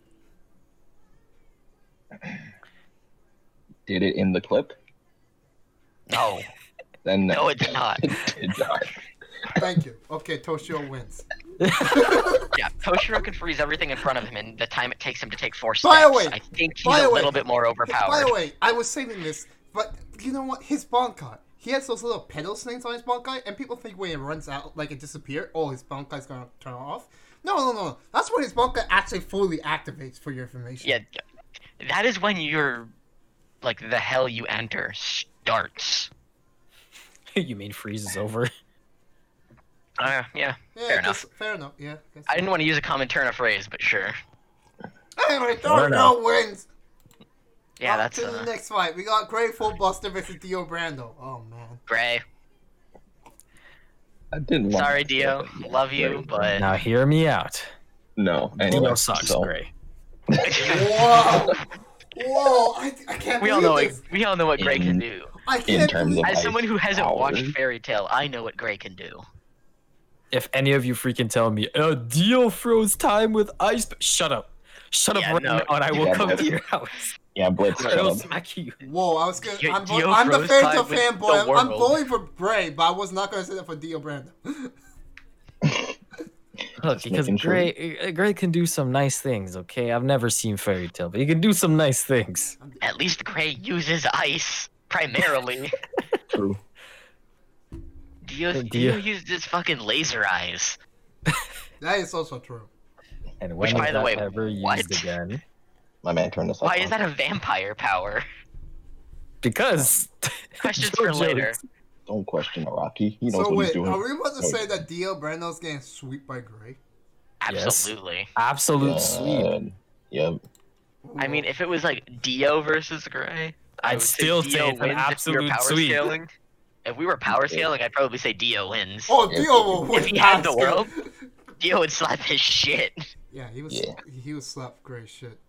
S2: Did it in the clip?
S4: No,
S2: Then
S4: no, it did not.
S2: it did not.
S1: Thank you. Okay, Toshio wins.
S4: Yeah, Toshiro can freeze everything in front of him in the time it takes him to take four steps.
S1: By the way-
S4: I think he's
S1: by the
S4: a
S1: way-
S4: little bit more overpowered.
S1: By the way, I was saving this, but you know what? His Bonkai. He has those little pedal things on his Bonkai, and people think when it runs out, like it disappears, oh, his Bonkai's gonna turn off. No, no, no. That's when his Bonkai actually fully activates, for your information.
S4: yeah, that is when you're like the hell you enter starts.
S3: you mean freeze is over?
S4: Uh, yeah,
S1: Yeah,
S4: fair
S1: I guess-
S4: enough.
S1: Fair enough, yeah. I guess.
S4: I didn't want to use a common turn of phrase, but sure.
S1: Anyway,
S3: Fair enough.
S1: Toshio wins.
S4: Yeah,
S1: Up
S4: that's
S1: to the
S4: uh,
S1: next fight. We got Grateful Buster versus Dio Brando. Oh man.
S4: Gray.
S2: I didn't. want
S4: Sorry,
S2: to-
S4: Dio. Love you, but
S3: Now hear me out.
S2: No. Anyway,
S3: Dio sucks,
S2: so-
S3: Gray.
S1: Whoa! Whoa! I, I can't.
S4: we all
S1: believe
S4: know what,
S1: this.
S4: we all know what Gray can do.
S1: I can't.
S2: terms
S1: believe-
S2: of-
S4: As someone who hasn't watched
S2: Powers.
S4: Fairy Tale, I know what Gray can do.
S3: If any of you freaking tell me, uh, Dio froze time with ice, but shut up. Shut
S4: Yeah,
S3: up right
S4: no.
S3: now and I will
S2: Yeah,
S3: come
S2: no.
S3: to your house.
S2: Yeah, Blitz.
S3: I
S2: Shut
S3: will
S2: up.
S3: smack you.
S1: Whoa! I was gonna.
S4: Dio-
S1: I'm,
S4: Dio
S1: bo- I'm the
S4: froze
S1: fairy
S4: time
S1: tale
S4: with
S1: fanboy.
S4: the
S1: I'm, I'm
S4: world.
S1: voting for Bray, but I was not gonna say that for Dio Brando.
S3: Look, because
S2: making sure.
S3: Gray, uh, Gray can do some nice things, okay? I've never seen Fairy Tale, but he can do some nice things.
S4: At least Gray uses ice primarily.
S2: True.
S4: Dio,
S3: Dio.
S4: Dio used his fucking laser eyes.
S1: that is also true.
S3: And
S4: Which,
S3: when
S4: by
S3: is
S4: the
S3: that
S4: way,
S3: ever
S4: what?
S3: used again?
S2: My man turned us off.
S4: Why is
S3: Uh-huh.
S4: that a vampire power?
S3: Because
S4: Questions
S3: Joe
S4: for later.
S3: Jones.
S2: Don't question Araki. He knows
S1: So
S2: what
S1: wait,
S2: he's doing. Oh,
S1: are we about to
S2: Wait.
S1: say that Dio Brando's getting swept by Gray?
S3: Yes.
S4: Absolutely.
S3: absolute
S2: Uh,
S3: sweep.
S2: Yeah.
S4: I mean, if it was like Dio versus Gray, I
S3: I'd
S4: would
S3: still
S4: say
S3: say
S4: Dio
S3: it's
S4: wins if we
S3: an
S4: were
S3: absolute
S4: power
S3: sweep.
S4: scaling. If we were power scaling, I'd probably say Dio wins.
S1: oh,
S2: if-
S1: Dio will win.
S4: if he had
S1: that's
S4: the
S1: good.
S4: world. Dio would slap his shit.
S1: Yeah, he was.
S2: Yeah.
S1: He was slapped. Gray shit.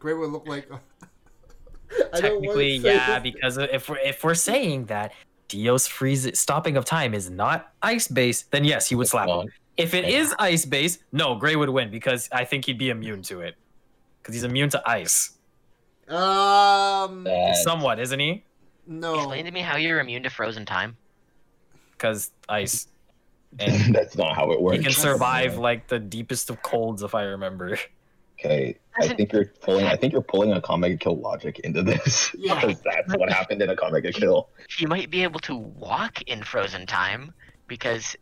S1: Gray would look like. I don't wanna
S3: Technically,
S1: say
S3: yeah,
S1: this.
S3: because if we're, if we're saying that Dio's freeze stopping of time is not ice based, then yes, he would slap him.
S2: Well,
S3: If it
S2: Yeah.
S3: is ice based, no, Gray would win because I think he'd be immune to it. Because he's immune to ice.
S1: Um.
S2: that-
S3: Somewhat, isn't he? Oh.
S1: No.
S4: Explain to me how you're immune to frozen time.
S3: Because ice. And
S2: that's not how it works.
S3: he can survive like the deepest of colds, if I remember.
S2: Okay, I think you're pulling. I think you're pulling a Kamega Kill logic into this
S1: Yeah.
S2: because that's what happened in a Kamega Kill.
S4: He might be able to walk in frozen time because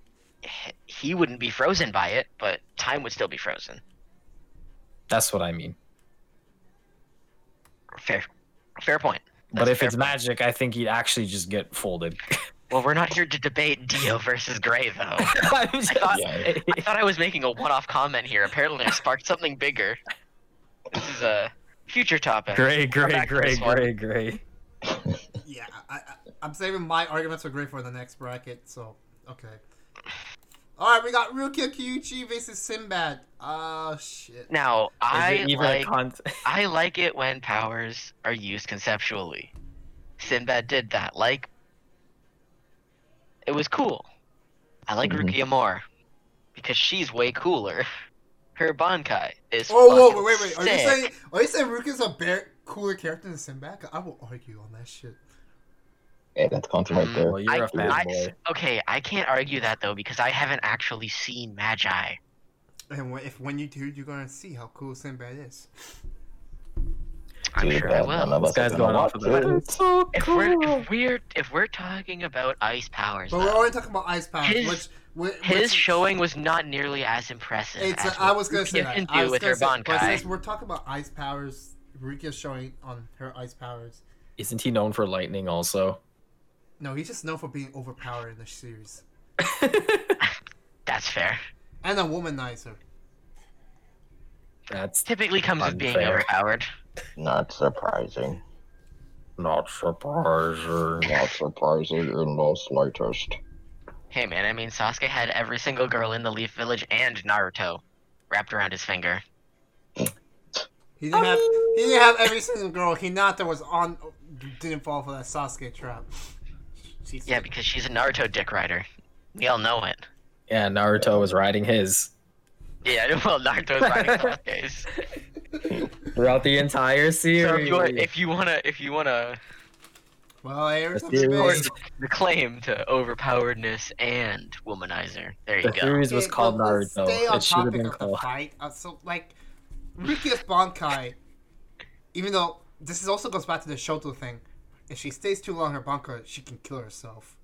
S4: h- he wouldn't be frozen by it, but time would still be frozen.
S3: That's what I mean.
S4: Fair, fair point.
S3: But
S4: That's a
S3: if
S4: fair
S3: it's
S4: point.
S3: magic, I think he'd actually just get folded.
S4: well, we're not here to debate Dio versus Gray though.
S3: I'm just
S4: thought-
S3: saying.
S4: I thought I was making a one-off comment here. Apparently, I sparked something bigger. This is a future topic.
S3: Gray, gray,
S4: back to
S3: gray,
S4: this one.
S3: gray, gray.
S1: Yeah, I, I, I'm saving my arguments for great for the next bracket. So okay. All right, we got Rukia Kyuchi versus Sinbad. Oh shit.
S4: Now,
S3: Is
S4: I
S3: it even
S4: like
S3: a con-
S4: I like it when powers are used conceptually. Sinbad did that. Like, it was cool. I like
S3: Mm-hmm.
S2: Mhm.
S4: Rukia more because she's way cooler. Her Bankai is.
S1: Oh whoa,
S4: fucking
S1: wait, wait. Are you
S4: sick.
S1: saying are you saying Rukia's a bear cooler character than Sinbad? I will argue on that shit.
S2: Hey, that's content right there.
S3: well, you're a
S4: I-
S3: fanboy.
S4: I- okay, I can't argue that though because I haven't actually seen Magi.
S1: And when, if when you do, you're gonna see how cool Sinbad is.
S4: I'm
S2: Too
S4: sure I
S2: bad none
S4: will.
S2: of us
S3: This guy's
S2: are gonna
S3: going off
S2: watch
S3: of the-
S2: it.
S3: so
S4: If we're if we're if we're talking about ice powers,
S1: But we're
S4: though,
S1: already talking about ice powers,
S4: His-
S1: which, which
S4: his
S1: which-
S4: showing was not nearly as impressive.
S1: It's.
S4: as
S1: I
S4: what
S1: was gonna say
S4: Rukia
S1: that.
S4: Can
S1: I
S4: do
S1: was
S4: with
S1: gonna
S4: her
S1: say, but
S4: bankai.
S1: since we're talking about ice powers, Rukia's showing on her ice powers.
S3: Isn't he known for lightning also?
S1: No, he's just known for being overpowered in the series
S4: That's fair.
S1: and a womanizer.
S3: That's
S4: Typically comes with being
S3: Unfair.
S4: overpowered.
S2: Not surprising.
S3: not surprising.
S2: Not surprising in the slightest.
S4: Hey man, I mean Sasuke had every single girl in the Leaf Village and Naruto wrapped around his finger.
S1: He didn't have. He didn't have every single girl. Hinata was on. Didn't fall for that Sasuke trap. She's,
S4: Yeah, because she's a Naruto dick rider. We all know it.
S3: Yeah, Naruto was riding his
S4: Yeah, well, Naruto's riding Sasuke's.
S3: throughout the entire series.
S4: So if you, want, if you wanna, if you wanna
S1: Well, here's
S3: The
S1: the
S3: theory-
S1: thing.
S4: the claim to overpoweredness and womanizer, there you
S3: the
S4: go.
S3: series was
S1: Okay,
S3: called
S1: but let's
S3: Naruto.
S1: Stay on
S3: It should have
S1: topic
S3: been
S1: of the
S3: called.
S1: fight. Uh, so, like, Rukia's Bankai, even though this is also goes back to the Shoto thing, if she stays too long in her Bankai, she can kill herself.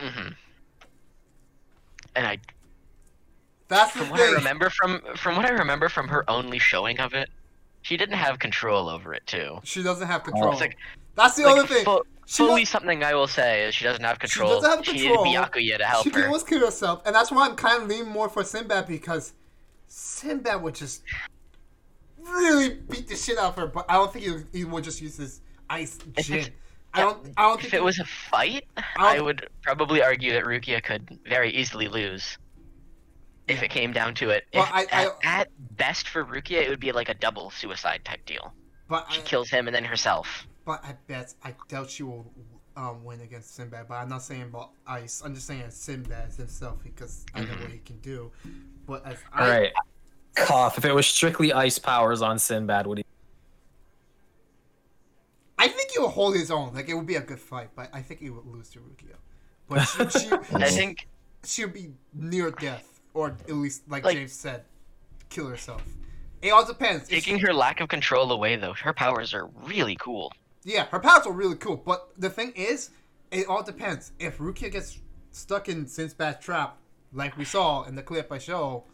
S4: hmm And I,
S1: That's the
S4: from what I
S1: thing.
S4: remember from from what I remember from her only showing of it, she didn't have control over it too.
S1: She doesn't
S3: Oh.
S1: have control.
S4: It's like-
S1: That's the
S4: Like,
S1: other thing.
S4: fu-
S1: She
S4: fully
S1: does-
S4: something I will say is she doesn't have control.
S1: doesn't have control.
S4: needed Byakuya to help
S1: she can
S4: her.
S1: always kill herself, and that's why I'm kind of leaning more for Sinbad because Sinbad would just really beat the shit out of her. But I don't think he, would- he would just use his ice
S4: If it's-
S1: gin. I don't. I don't
S4: If
S1: think
S4: it
S1: he-
S4: was a fight,
S1: I'll-
S4: I would probably argue that Rukia could very easily lose. If
S1: Yeah.
S4: it came down to it,
S1: Well,
S4: if,
S1: I- I-
S4: at, at best for Rukia, it would be like a double suicide type deal.
S1: But
S4: She
S1: I,
S4: kills him and then herself.
S1: But I bet I doubt she will um, win against Sinbad. But I'm not saying about Ice. I'm just saying as Sinbad as himself because I
S4: Mm-hmm.
S1: know what he can do. But as
S3: All
S1: I,
S3: right, cough. If it was strictly ice powers on Sinbad, would he?
S1: I think he will hold his own. Like it would be a good fight, but I think he would lose to Rukia. But she, she,
S4: I think
S1: she'll be near death, or at least like,
S4: Like-
S1: James said, kill herself. It all depends. If she-
S4: taking her lack of control away, though, her powers are really cool.
S1: Yeah, her powers are really cool, but the thing is, it all depends. If Rukia gets stuck in Sinbad's trap, like we saw in the clip I show,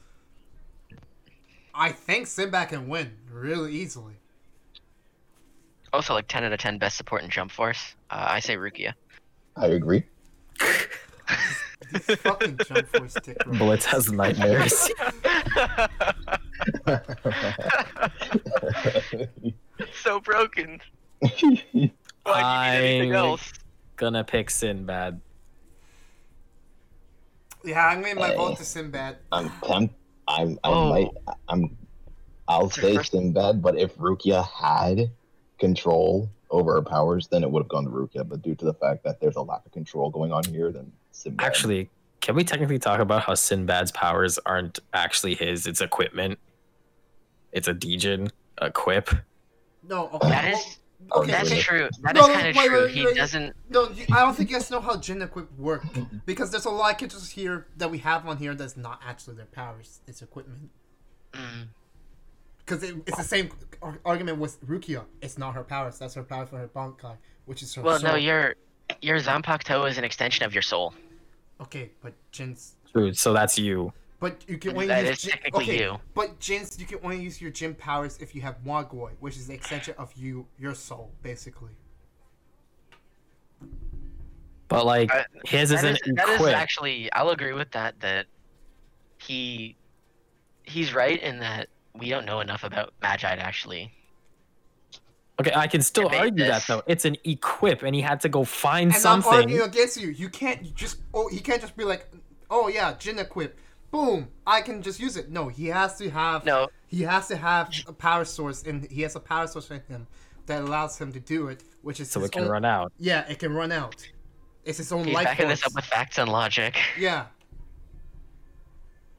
S1: I think Sinbad can win really easily.
S4: Also, like 10 out of 10 best support in Jump Force. Uh, I say Rukia.
S2: I agree.
S1: These fucking jump force dick riders.
S3: Blitz has nightmares.
S4: so broken. Why do you need anything
S3: I'm
S4: else?
S3: gonna pick Sinbad.
S1: Yeah, I'm gonna my
S2: Hey.
S1: vote to Sinbad.
S2: I'm tempted. I'm. I
S4: Oh.
S2: might. I'm. I'll
S4: It's your
S2: say
S4: first-
S2: Sinbad, but if Rukia had control over her powers, then it would have gone to Rukia. But due to the fact that there's a lack of control going on here, then Sinbad.
S3: Actually, can we technically talk about how Sinbad's powers aren't actually his? It's equipment. It's a Dejin, a quip.
S1: No, okay.
S4: That is-
S1: well, okay.
S2: that
S4: That's
S1: okay.
S2: is-
S4: true. That
S1: No,
S4: is
S1: no,
S4: kind of
S1: wait,
S4: true.
S1: wait,
S4: He
S1: wait.
S4: doesn't.
S1: No, you, I don't think you guys know how Jin equip work because there's a lot of characters here that we have on here that's not actually their powers. It's equipment.
S4: Mm,
S1: Because it, it's the same ar- argument with Rukia. It's not her powers. That's her power for her Bankai, which is her
S4: well, no,
S1: soul.
S4: your your Zanpakuto is an extension of your soul.
S1: Okay, but Jin's.
S3: True. So that's you.
S1: But you can only
S4: That
S1: use
S4: is technically
S1: okay,
S4: you.
S1: But Jin's, you can only use your Jin powers if you have Wagoi, which is the extension of you, your soul, basically.
S3: But like
S4: I-
S3: his
S4: That
S3: isn't
S4: is, that is
S3: equip.
S4: actually. I'll agree with that. That he he's right in that we don't know enough about Magi to actually.
S3: okay, I can still
S4: debate
S3: argue
S4: this.
S3: that though. It's an equip, and he had to go find
S1: And I'm
S3: something.
S1: arguing against you. You can't you just. Oh, he can't just be like, oh yeah, Jin equip. Boom! I can just use it. No, he has to have.
S4: No,
S1: He has to have a power source, and he has a power source in him that allows him to do it, which is
S3: so
S1: his
S3: it can
S1: own-
S3: run out.
S1: Yeah, it can run out. It's its own
S4: he's
S1: life
S4: backing
S1: force.
S4: this up with facts and logic.
S1: yeah.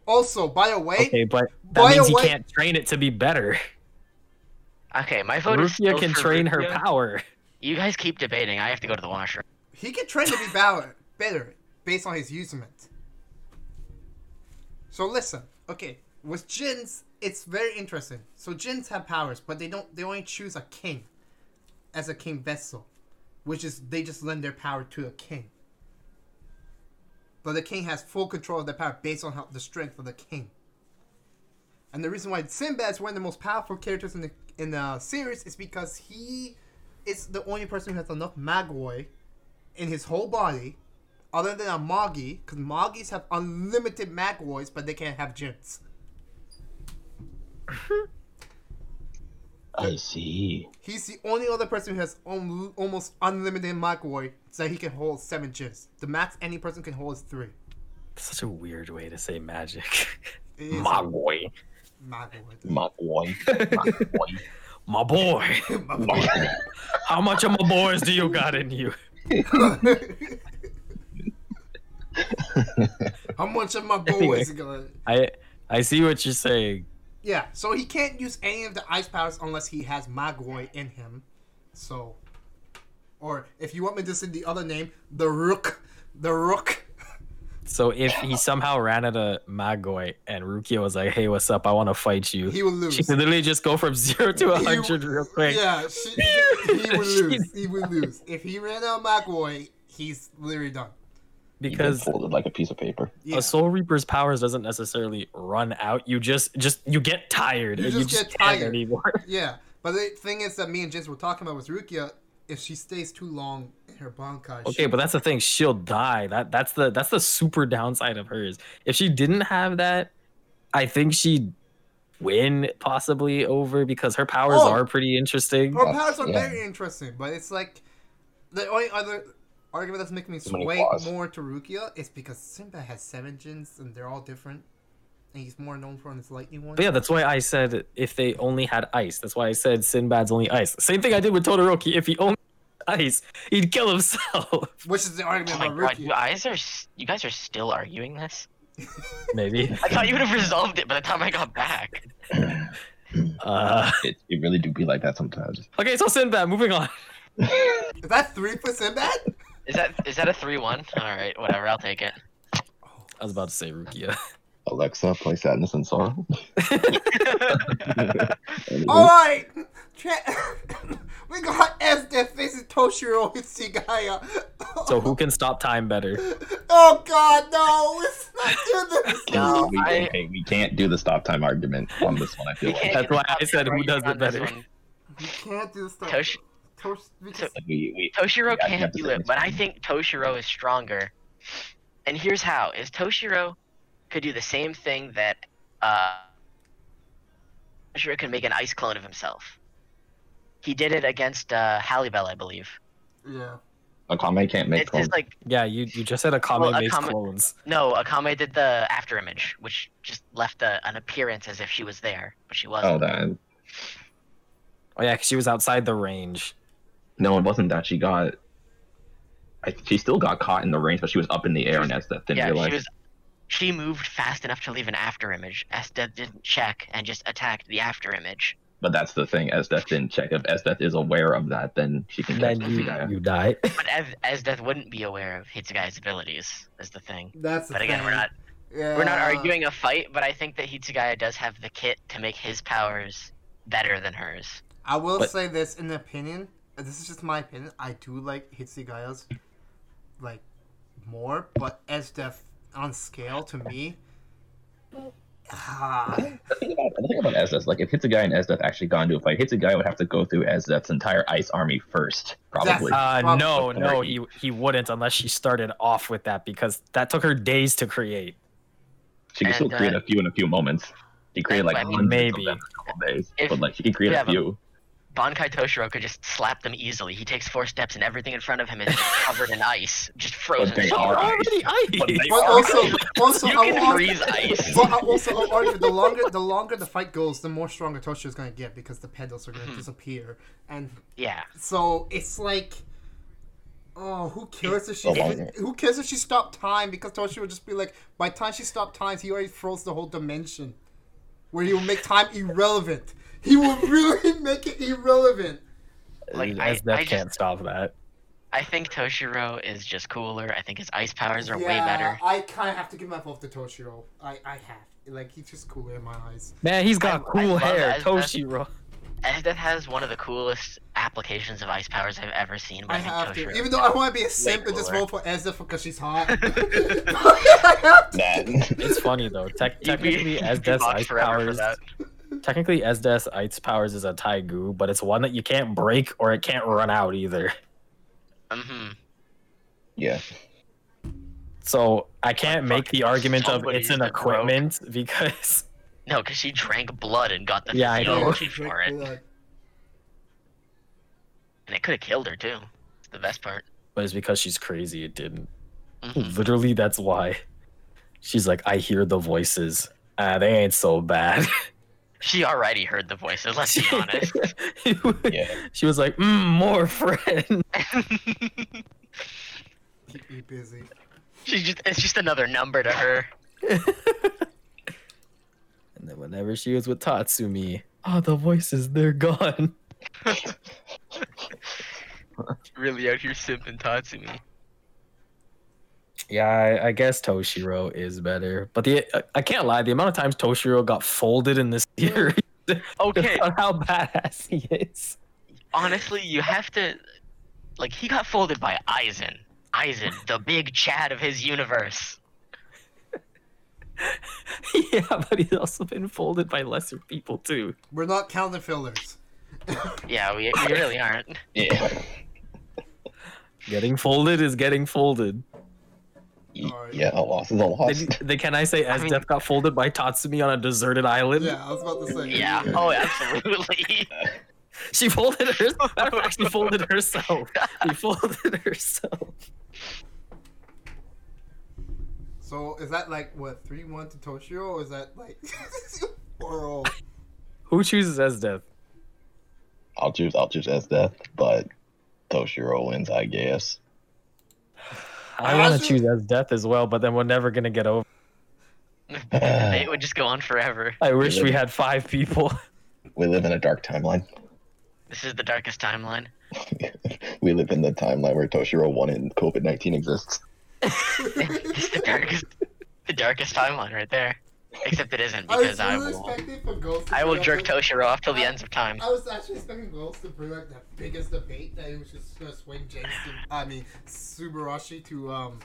S1: Also, by the way,
S3: Okay, but that
S1: By the
S3: means he
S1: way-
S3: can't train it to be better.
S4: Okay, my vote is
S3: Rukia
S4: still
S3: can
S4: for
S3: train her
S4: Rukia.
S3: power.
S4: You guys keep debating. I have to go to the washroom.
S1: he can train to be better, better based on his usement. So listen, okay, with Jin's, it's very interesting. So Jin's have powers, but they don't. They only choose a king. as a king vessel, which is they just lend their power to a king. But the king has full control of their power based on how, the strength of the king. And the reason why Sinbad's one of the most powerful characters in the in the series is because he is the only person who has enough magoi in his whole body, other than a Magi, because Magis have unlimited magois, but they can't have gems.
S2: I see.
S1: He's the only other person who has om- almost unlimited magoi, so he can hold seven gems. The max any person can hold is three.
S3: Such a weird way to say magic.
S1: It is
S3: My boy.
S1: magoi.
S2: My boy. My boy.
S3: My boy. How much of my boys do you got in you?
S1: How much of my
S3: Anyway.
S1: boys is gonna?
S3: I I see what you're saying.
S1: Yeah, so he can't use any of the ice powers unless he has Magoi in him. So, or if you want me to say the other name, the Rook, the Rook.
S3: So if he somehow ran at a Magoi and Rukia was like, "Hey, what's up? I want to fight you,"
S1: He will lose.
S3: she could literally just go from zero to a
S1: He-
S3: hundred real quick.
S1: Yeah, she, he would
S3: She-
S1: lose. He would lose if he ran out of Magoi. He's literally done.
S3: because
S2: folded like a piece of paper.
S1: Yeah.
S3: a Soul Reaper's powers doesn't necessarily run out. You just just you get tired.
S1: You
S3: and
S1: just get
S3: can't
S1: tired.
S3: anymore.
S1: Yeah, but the thing is that me and Jens were talking about was Rukia. If she stays too long in her Bankai,
S3: Okay, but that's the thing. She'll die. That that's the that's the super downside of hers. If she didn't have that, I think she'd win possibly over because her powers
S1: Oh.
S3: are pretty interesting.
S1: her powers are
S2: Yeah.
S1: very interesting. But it's like the only other argument that's making me
S2: Too many
S1: sway
S2: claws.
S1: more to Rukia is because Simba has seven Jins and they're all different, and he's more known for his lightning one.
S3: But yeah, that's why I said if they only had ice. That's why I said Sinbad's only ice. Same thing I did with Todoroki. If he only had ice, he'd kill himself.
S1: Which is the
S4: Oh
S1: argument
S4: my
S1: about
S4: god, you
S1: Rukia.
S4: guys are s- you guys are still arguing this?
S3: Maybe.
S4: I thought you would have resolved it by the time I got back.
S3: Uh,
S2: It, it really do be like that sometimes.
S3: okay, so Sinbad, moving on.
S1: Is that three for Sinbad?
S4: Is that is that a three one? All right, whatever. I'll take it.
S3: I was about to say Rukia.
S2: Alexa, play Sadness and Sorrow.
S4: Oh,
S1: All right, Tra- we got S that faces Toshiro and Sigaya.
S3: So who can stop time better?
S1: Oh God, no! Let's not do this.
S4: No,
S2: we,
S4: I-
S2: okay, we can't do the stop time argument on this one. I feel
S4: We
S2: like
S4: can't
S3: That's
S4: get
S3: why
S4: the
S3: I said who
S4: right
S3: does it
S4: on this
S3: better.
S4: one.
S1: You can't do this stuff.
S4: Tosh-
S1: Tosh- we just-
S2: Like, we, we,
S4: Toshiro
S2: Yeah, I
S4: can't
S2: have to
S4: do
S2: say
S4: it,
S2: it's
S4: but I
S2: fine.
S4: think Toshiro is stronger. And here's how: is Toshiro could do the same thing that uh, Toshiro could make an ice clone of himself. He did it against uh, Hallibell, I believe.
S1: yeah.
S2: Akame can't make
S4: It's
S2: clones.
S4: just like
S3: Yeah, you, you just said Akame
S4: Well,
S3: makes
S4: Akame-
S3: clones.
S4: no, Akame did the after image, which just left a, an appearance as if she was there, but she wasn't.
S2: oh, that.
S3: Oh yeah, 'cause she was outside the range.
S2: No, it wasn't that. She got. I, she still got caught in the range, but she was up in the air, and Esteth didn't
S4: yeah,
S2: realize.
S4: she was. She moved fast enough to leave an after image. Esteth didn't check and just attacked the after image.
S2: But that's the thing. Esteth didn't check. If Esteth is aware of that, then she can catch
S3: Then
S2: the
S3: you
S2: guy.
S3: you die.
S4: But as, as Death wouldn't be aware of Hitsugai's abilities, is the thing.
S1: That's the
S4: But again, we're
S1: thing.
S4: not
S1: Yeah.
S4: we're not arguing a fight. But I think that Hitsugaya does have the kit to make his powers better than hers.
S1: I will
S3: But-
S1: say this in opinion. and This is just my opinion. I do like Hitsugaya's like more, but as def on scale to me. Ah,
S2: The thing about, the thing about Esdeath, like if Hitsugaya and Esdeath actually got into a fight, Hitsugaya would have to go through Esdeath's entire ice army first, probably.
S3: Uh,
S1: Probably
S3: no,
S2: the
S3: no,
S2: third.
S3: he he wouldn't unless she started off with that because that took her days to create.
S2: she could still
S4: and, uh,
S2: create a few in a few moments. She created like
S4: I mean,
S2: hundreds
S3: maybe.
S2: of them in a couple days,
S4: If-
S2: but like she could create
S4: yeah,
S2: a
S4: but-
S2: few.
S4: Bankai Toshiro could just slap them easily. He takes four steps and everything in front of him is covered in ice, just frozen.
S2: they
S4: solid.
S2: are ice.
S3: already
S2: But they
S1: but
S2: are
S1: also, also,
S4: You
S1: I will
S4: can
S1: argue-
S4: freeze ice.
S1: But I also I'll argue the longer the longer the fight goes, the more stronger Toshiro is gonna get because the pedals are
S4: Mm-hmm.
S1: gonna disappear, and
S4: Yeah.
S1: so it's like, oh, who cares if she
S2: The longer-
S1: who cares if she stopped time because Toshiro would just be like, by the time she stopped time, he already froze the whole dimension, where he will make time irrelevant. He will really make it irrelevant.
S4: Like, I-
S3: As that
S4: I just-
S3: can't stop that.
S4: I think Toshiro is just cooler. I think his ice powers are way better.
S1: I kind of have to give my vote to Toshiro. I I have like he's just cooler in my eyes.
S3: Man, he's got
S4: I- I
S3: cool
S4: love
S3: hair,
S4: As-
S3: Toshiro.
S4: Esdeath has one of the coolest applications of ice powers I've ever seen.
S1: I
S4: But I, think
S1: have to.
S4: Toshiro
S1: Even though I want to be a simp
S2: Lake
S1: and just
S2: Lore.
S1: roll for Ezra because she's hot. I have to.
S2: That.
S3: It's funny though. Tec-
S4: You'd be-
S3: technically,
S4: you'd be
S3: Esdes
S4: locked
S3: Ice
S4: forever for
S3: Powers.
S4: that.
S3: Technically, Esdes Ice Powers is a Taigu, but it's one that you can't break or it can't run out either.
S4: Mhm.
S2: yeah.
S3: So I can't make
S4: fucking
S3: the argument of
S4: somebody
S3: it's an
S4: that broke.
S3: equipment because
S4: No, because she drank blood and got the
S3: Yeah, I know.
S4: physiology
S1: Drink
S4: for it,
S1: blood.
S4: and it could have killed her too. It's the best part.
S3: but it's because she's crazy. It didn't. Hmm.
S4: Mhm.
S3: Literally, that's why. She's like, I hear the voices. Ah, they ain't so bad.
S4: She already heard the voices. Let's be honest.
S2: Yeah.
S3: She was like, mm, more friend.
S1: Keep me busy.
S4: She's just it's just another number to her.
S3: And then whenever she was with Tatsumi, oh, the voices, they're gone.
S4: Really out here simping Tatsumi.
S3: Yeah, I, I guess Toshiro is better. But the I, I can't lie, the amount of times Toshiro got folded in this series
S4: Okay,
S3: about how badass he is.
S4: honestly, you have to like he got folded by Aizen. Aizen, the big Chad of his universe.
S3: yeah, but he's also been folded by lesser people too.
S1: We're not counting fillers.
S4: Yeah, we, we really aren't.
S2: Yeah.
S3: Getting folded is getting folded.
S1: Alright.
S2: Yeah, a loss is a loss.
S3: Then, then can I say as
S4: mean-
S3: Death got folded by Tatsumi on a deserted island?
S1: Yeah, I was about to say.
S4: Yeah. Oh, absolutely.
S3: She folded herself. She folded herself. She folded herself.
S1: So is that like what three one to Toshiro, or is that like oral?
S3: Who chooses as Death?
S2: I'll choose. I'll choose as death, but Toshiro wins, I guess.
S3: I want to
S1: Azu-
S3: choose as Death as well, but then we're never gonna get over.
S4: it would just go on forever.
S3: I wish we had five people.
S2: We live in a dark timeline.
S4: This is the darkest timeline.
S2: we live in the timeline where Toshiro won and COVID nineteen exists.
S4: It's the darkest, the darkest timeline right there. Except it isn't
S1: I was
S4: because I,
S1: really
S4: will.
S1: expecting for Ghost. To
S4: I will
S1: bring up
S4: jerk
S1: the-
S4: Toshiro off till the ends of time.
S1: I was actually expecting Ghost to bring like the biggest debate that he was just gonna swing James to. I mean Subarashi to um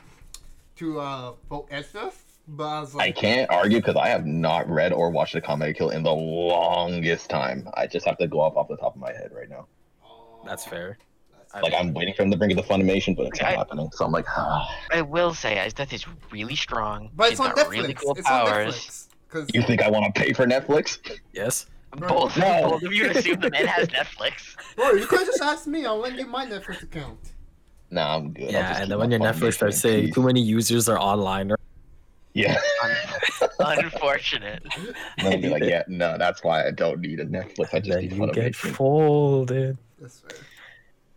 S1: to uh vote Ezra, but I was
S2: I
S1: like,
S2: can't argue because I have not read or watched a comedy kill in the longest time. I just have to go off off the top of my head right now.
S1: oh,
S3: That's fair.
S1: that's
S3: I-
S2: Like I'm waiting for him to bring the Funimation, but it's not
S4: I-
S2: happening. So I'm like, ah.
S4: I will say, Ice Death is really strong.
S1: But
S4: She's
S1: it's on
S4: got
S1: Netflix.
S4: really cool
S1: it's
S4: powers.
S1: on Netflix.
S2: You
S1: Because
S2: think I want to pay for Netflix?
S3: Yes.
S1: Netflix.
S4: Both,
S2: No.
S4: both of you assume the man has Netflix.
S1: bro, you could just ask me. I'll lend you my Netflix account.
S2: Nah, I'm good. I'll just
S3: Yeah,
S2: keep
S3: and then
S2: my
S3: when your Netflix
S2: Funimation
S3: starts
S2: in
S3: saying
S2: peace.
S3: too many users are online, or
S2: yeah,
S4: Unfortunate.
S2: and then I'll be like, yeah, no, that's why I don't need a Netflix. I just
S3: then
S2: need
S3: you get
S2: Funimation.
S3: folded.
S1: That's fair.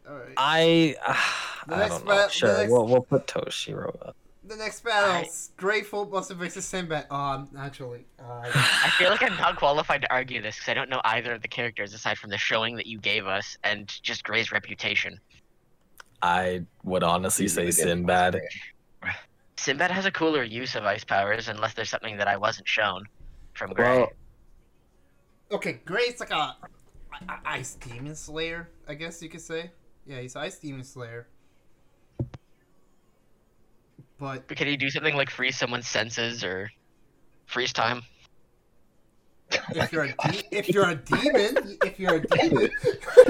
S1: All right.
S3: I, uh,
S1: The
S3: I
S1: next
S3: don't
S1: ba-
S3: know.
S1: the
S3: Sure,
S1: next-
S3: we'll, we'll put Toshiro up.
S1: The next battle,
S4: Alright.
S1: Grateful Buster versus Sinbad. Um, actually, uh,
S4: I feel like I'm not qualified to argue this because I don't know either of the characters aside from the showing that you gave us and just Gray's reputation.
S3: I would honestly say
S2: Easily get
S3: Sinbad.
S4: Sinbad has a cooler use of ice powers unless there's something that I wasn't shown from Gray.
S3: Well,
S1: okay, Gray's like a, a a- ice demon slayer, I guess you could say. Yeah, he's ice demon slayer. But
S4: But Can he do something like freeze someone's senses or freeze time?
S1: if you're a de- if you're a demon, if you're a demon,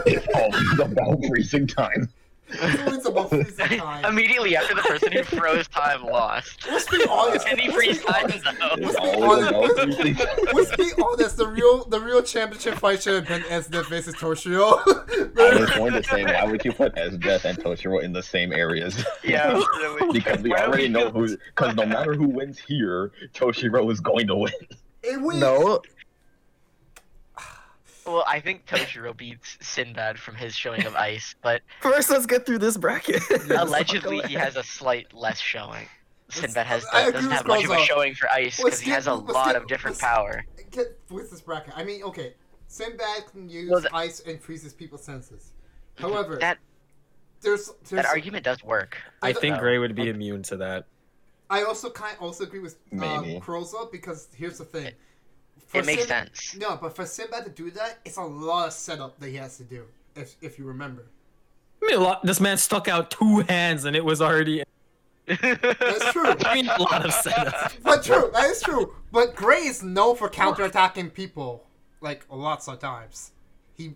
S2: It's always about freezing time.
S1: it's always about freezing time.
S4: Immediately after the person who froze time lost.
S1: Let's be honest.
S4: Can he
S1: let's
S4: freeze
S1: be
S4: time
S1: honest.
S4: though?
S2: It's
S1: Let's be
S2: always
S1: honest.
S2: about freezing time.
S1: Let's be honest. The real the real championship fight should have been Esnet versus Toshio.
S2: I was going to say, why would you put S Death and Toshiro in the same areas?
S4: Yeah,
S2: because we
S4: Why would
S2: already
S4: you
S2: know
S4: do-
S2: who. Because no matter who wins here, Toshiro is going to win.
S1: It would-
S3: no,
S4: Well, I think Toshiro beats Sinbad from his showing of ice, but
S3: first let's get through this bracket.
S4: allegedly he has a slight less showing. Sinbad has
S1: I agree
S4: doesn't
S1: with
S4: have much of a
S1: Gonzo.
S4: showing for
S1: Let's
S4: ice because he
S1: get-
S4: has a
S1: let's
S4: lot
S1: get-
S4: of different
S1: let's-
S4: power.
S1: get with this bracket. I mean, okay, Sinbad can use
S4: No, that-
S1: ice and freezes people's senses. However,
S4: that
S1: there's, there's
S4: that argument does work.
S3: I
S1: there's-
S3: think Gray would be immune to that.
S1: I also kind also agree with uh,
S2: Maybe.
S1: Croza because here's the thing. For
S4: It makes
S1: Sin-
S4: sense.
S1: No, but for Sinbad to do that, it's a lot of setup that he has to do. if if you remember.
S3: I mean, a lot, this man stuck out two hands and it was already.
S1: That's true.
S3: I mean, a lot of setup.
S1: But true, that is true. But Gray is known for counterattacking people like lots of times. He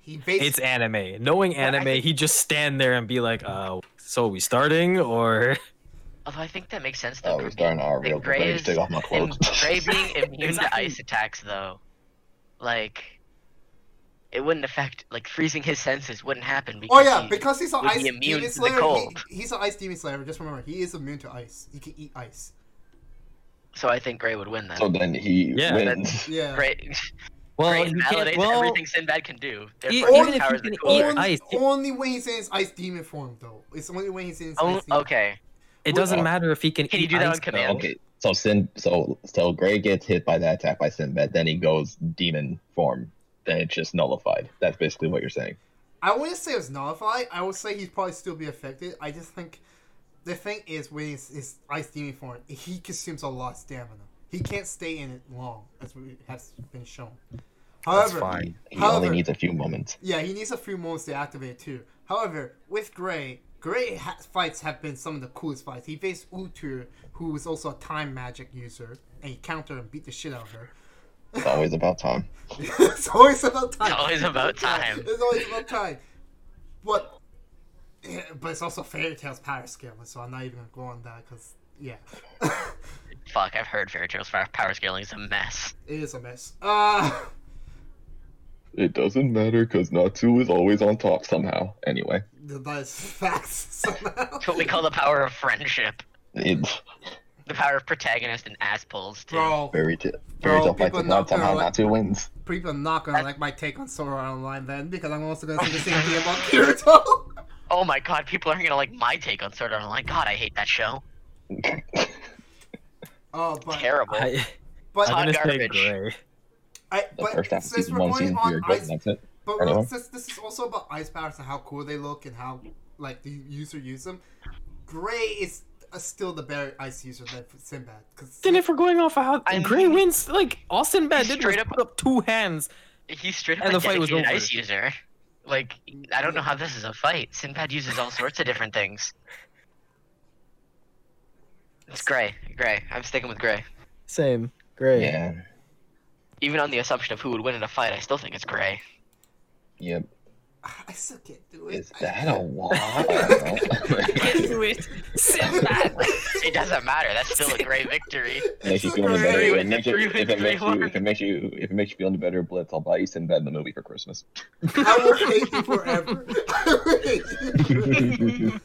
S1: he basically
S3: It's anime. Knowing anime, he just stand there and be like, "Uh, so we starting or?"
S4: Although I think that makes sense
S2: Oh,
S4: though.
S2: we're
S4: Kirby.
S2: starting our real
S4: And Gray
S2: quick.
S4: is-
S2: Take off my clothes.
S4: and Gray being immune to
S3: Exactly.
S4: ice attacks though, like it wouldn't affect like freezing his senses wouldn't happen because
S1: Oh yeah,
S4: he-
S1: because he's an
S4: would be
S1: ice
S4: immune
S1: demon
S4: to the
S1: slayer. He,
S4: cold.
S1: he's an ice demon slayer. Just remember, he is immune to ice. He can eat ice.
S4: so I think Gray would win then.
S2: so then he
S3: Yeah,
S2: wins.
S1: Yeah.
S4: Gray,
S3: Well,
S4: Gray
S3: he
S4: validates
S3: can't, well,
S4: everything Sinbad can do.
S3: e-
S4: Therefore,
S3: even
S4: his
S3: if
S4: powers
S3: he
S4: are
S3: can
S4: cooler.
S3: eat
S1: Only,
S3: ice, it,
S1: only when he's in his ice demon form, though. It's only when he's in his
S4: Oh,
S1: ice demon.
S4: okay.
S3: it doesn't matter if he can.
S4: Can you
S3: eat
S4: do that on
S3: ice, though.
S4: command?
S2: Okay, so Sin, so so Gray gets hit by that attack by Sinbad. Then he goes demon form. Then it's just nullified. That's basically what you're saying.
S1: I wouldn't say it's nullified. I would say he'd probably still be affected. I just think the thing is with his, his ice demon form, he consumes a lot of stamina. He can't stay in it long, as we has been shown. However,
S3: That's fine.
S2: He
S1: However-
S2: only needs a few moments.
S1: Yeah, he needs a few moments to activate it too. However, with Gray, Gray ha- fights have been some of the coolest fights. He faced Utur, who was also a time magic user, and he countered and beat the shit out of her.
S2: It's always about time.
S1: it's always about time.
S4: It's always about time.
S1: It's always about time. But, yeah, but it's also Fairy Tail's power scale, so I'm not even gonna go on that because yeah,
S4: Fuck, I've heard Fairy Tales power power scaling is a mess.
S1: it is a mess. Uh,
S2: It doesn't matter because Natsu is always on top somehow. Anyway,
S1: that is facts somehow.
S4: It's what we call the power of friendship.
S2: it's
S4: The power of protagonist and ass pulls too.
S1: Bro,
S2: very t-
S1: Bro,
S2: very tough fight
S1: people
S2: to
S1: not
S2: not somehow
S1: gonna like-
S2: Natsu wins.
S1: people are not gonna like my take on Sora Online then because I'm also gonna say the same thing about Kirito.
S4: Oh my god, people aren't gonna like my take on Sword Art Online. God, I hate that show.
S1: Oh, but
S4: Terrible.
S3: I,
S1: but
S4: Hot
S3: I'm gonna say
S4: garbage.
S3: Gray.
S1: I,
S2: The
S1: but
S2: first half of
S1: since
S2: season
S1: we're
S2: one
S1: going
S2: seems
S1: on
S2: weird, but
S1: ice,
S2: that's it.
S1: but
S2: Anyway.
S1: we're, since this is also about ice powers and how cool they look and how like the user use them, Gray is uh, still the better ice user than Sinbad because
S3: Then if we're going off of how
S4: I
S3: Gray
S4: mean-
S3: wins, like Austin Bad did was
S4: Straight up-
S3: put up two hands.
S4: He's straight up
S3: And
S4: a
S3: the fight was
S4: dedicated
S3: over.
S4: ice user. Like, I don't know how this is a fight. Sinbad uses all sorts of different things. It's gray, gray. I'm sticking with gray.
S3: Same, Gray.
S2: Yeah.
S4: Even on the assumption of who would win in a fight, I still think it's gray.
S2: Yep.
S1: I still can't do it.
S2: Is
S1: I-
S2: that a wall? I don't know.
S4: It doesn't matter. That's still a gray victory.
S2: makes you
S1: It's
S2: feel any
S1: okay.
S2: better. If it makes you, if
S4: Three wins,
S2: it
S4: three
S2: makes you,
S4: wins.
S2: if it makes you, if it makes you feel any better, Blitz, I'll buy you Sinbad the movie for Christmas.
S1: I will hate you forever. I will hate you forever.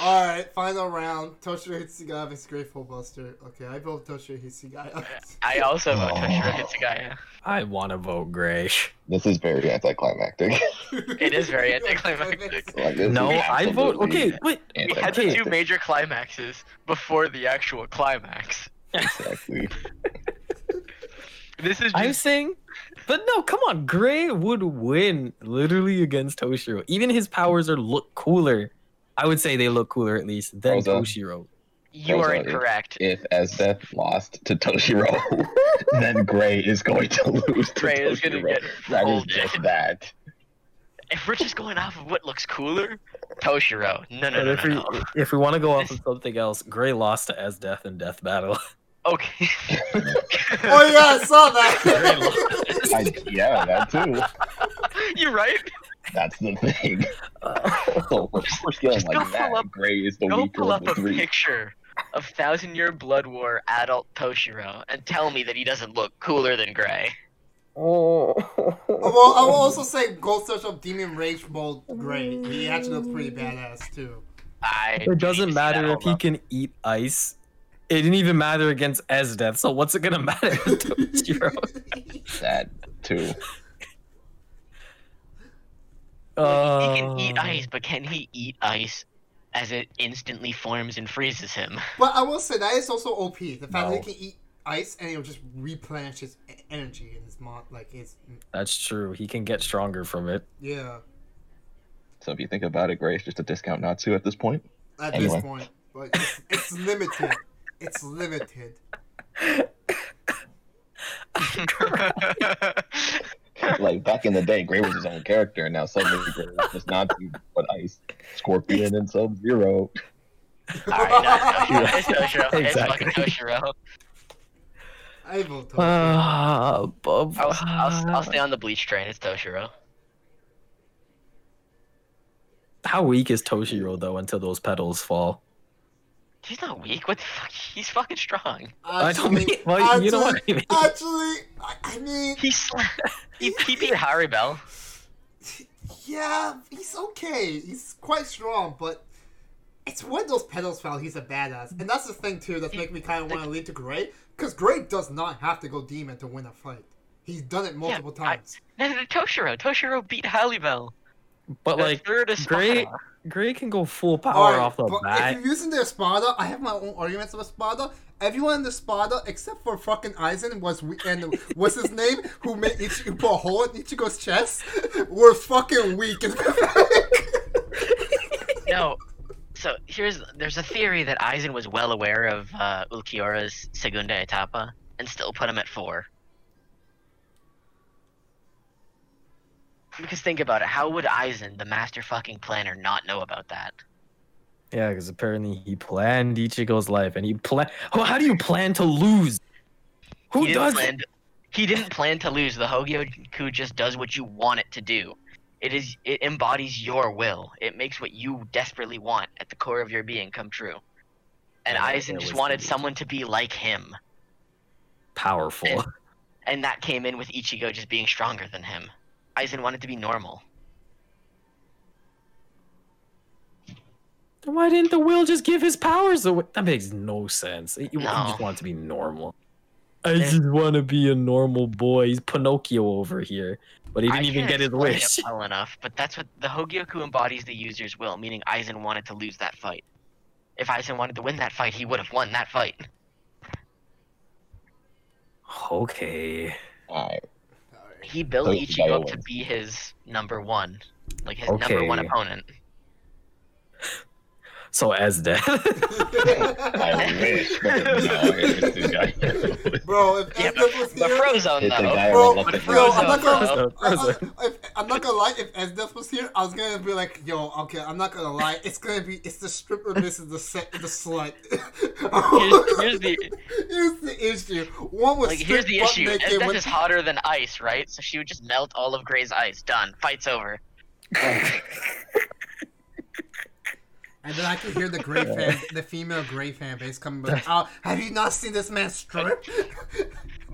S1: All right, final round. Toshiro Hitsugai versus Gray Full Buster. Okay, I vote Toshiro Hitsugai.
S4: I also vote
S2: Oh.
S4: Toshiro Hitsugaya.
S3: I want to vote Gray.
S2: This is very anticlimactic.
S4: It is very anticlimactic.
S2: like, this
S3: No,
S2: is
S3: I vote.
S2: absolutely
S3: Okay, wait.
S4: We had the two
S2: anticlimactic.
S4: major climaxes before the actual climax.
S2: Exactly.
S4: This is
S3: I'm
S4: just
S3: saying, but no, come on. Gray would win literally against Toshiro. Even his powers are look cooler. I would say they look cooler at least than
S2: Rosa.
S3: Toshiro.
S4: you are
S2: Rosa, it-
S4: incorrect.
S2: If Azeth lost to Toshiro, then Gray is going to lose to
S4: Gray
S2: Toshiro.
S4: is gonna get
S2: that is
S4: folded.
S2: just that.
S4: If we're just going off of what looks cooler, Toshiro. No, no,
S3: But
S4: no,
S3: if we
S4: no. no.
S3: if we want to go off of something else, Gray lost to As Death in Death Battle.
S4: Okay.
S1: oh yeah, I saw that.
S2: I, yeah, that too.
S4: You're right.
S2: That's the thing. so for power scaling
S4: go
S2: like
S4: pull
S2: that,
S4: up-
S2: Gray is the
S4: Go
S2: weaker
S4: pull
S2: of
S4: up
S2: the
S4: a
S2: three.
S4: picture of Thousand Year Blood War adult Toshiro and tell me that he doesn't look cooler than Gray.
S3: Oh.
S1: well, I will also say Gold Search of Demon Rage Mold Gray. He actually looks pretty badass too.
S4: I
S3: It
S4: need
S3: doesn't
S4: to see that
S3: matter if he
S4: album.
S3: can eat ice. It didn't even matter against Ezdeath, so what's it gonna matter to Toshiro?
S2: That too.
S4: He
S3: Uh,
S4: can eat ice, but can he eat ice as it instantly forms and freezes him?
S1: But I will say that is also OP. The fact that
S3: No.
S1: he can eat ice and it will just replenish his e- energy and his mod, like his
S3: That's true. He can get stronger from it.
S1: yeah.
S2: So if you think about it, Gray is just a discount Natsu at this point.
S1: At
S2: Anyway.
S1: this point, but it's, it's limited. It's limited.
S2: like back in the day, Gray was his own character, and now suddenly Gray is just not but Ice, Scorpion, and Sub Zero.
S4: All right, no, it's Toshiro. It's Toshiro.
S2: Exactly.
S4: It's fucking Toshiro.
S1: I vote Toshiro.
S4: Uh,
S3: Ah, Bub-
S4: I'll, I'll,
S3: Uh,
S4: I'll stay on the bleach train. It's Toshiro.
S3: How weak is Toshiro though until those petals fall?
S4: He's not weak. What the fuck? He's fucking strong.
S3: I don't mean. Well, you know what I mean.
S4: uh,
S1: Actually, I, I mean,
S4: He sl- he, he beat Haribel.
S1: yeah, he's okay. He's quite strong, but it's when those pedals fell, he's a badass. And that's the thing, too, that's making me kind of want to lean to Gray, because Gray does not have to go demon to win a fight. He's done it multiple
S4: I-
S1: times.
S4: No, no, no, Toshiro. Toshiro beat Haribel.
S3: But
S4: The
S3: like,
S4: third
S3: Gray,
S4: Espada.
S3: Gray can go full power
S1: Alright,
S3: off the
S1: but
S3: bat.
S1: if you're using the Espada, I have my own arguments with Espada. Everyone in the Espada, except for fucking Aizen, was we- and what's his name, who made Ichigo put a hole in Ichigo's chest, were fucking weak. as
S4: No. So here's there's a theory that Aizen was well aware of uh, Ulquiora's Segunda Etapa and still put him at four. Because think about it, how would Aizen, the master fucking planner, not know about that?
S3: Yeah, because apparently he planned Ichigo's life, and he plan. Oh, how do you plan to lose? Who
S4: he
S3: does?
S4: Didn't plan to, he didn't plan to lose. The Hogyoku just does what you want it to do. It is it embodies your will. It makes what you desperately want at the core of your being come true. And
S3: Yeah,
S4: Aizen
S3: that
S4: just
S3: was
S4: wanted
S3: the-
S4: someone to be like him,
S3: Powerful.
S4: and that came in with Ichigo just being stronger than him. Aizen wanted to be normal.
S3: Then Why didn't the will just give his powers away? That makes no sense. He, he
S4: No.
S3: just wanted to be normal. I just want to be a normal boy. He's Pinocchio over here, but he
S4: I
S3: didn't even
S4: can't
S3: get his
S4: explain
S3: wish.
S4: it well enough, but that's what the Hogyoku embodies the user's will, meaning Aizen wanted to lose that fight. If Aizen wanted to win that fight, he would have won that fight.
S3: Okay.
S2: Alright,
S4: he built
S2: Oh,
S4: Ichigo up to
S2: Daiwa.
S4: be his number one, like his number one
S3: Okay.
S4: opponent.
S3: So as that,
S2: I wish. But no, it's the guy. It's
S1: Bro, if
S4: Yeah,
S1: Ezreal was
S4: But
S1: here,
S4: Frozone
S2: the
S4: though,
S2: guy I
S1: Bro,
S2: would love to
S1: bro, I'm not gonna-
S4: Frozone,
S3: Frozen,
S1: I, I,
S3: Frozen.
S1: if, I'm not gonna lie. If Esdef was here, I was gonna be like, "Yo, okay, I'm not gonna lie. It's gonna be it's the stripper versus the set, the slut."
S4: here's, here's the
S1: Here's the issue. One was
S4: like
S1: strip
S4: here's the
S1: butt
S4: issue.
S1: naked.
S4: Esteth
S1: with-
S4: is hotter than ice, right? So she would just melt all of Gray's ice. Done. Fight's over.
S1: and then I could hear the gray fan, the female gray fan base coming. Like, oh, have you not seen this man strip?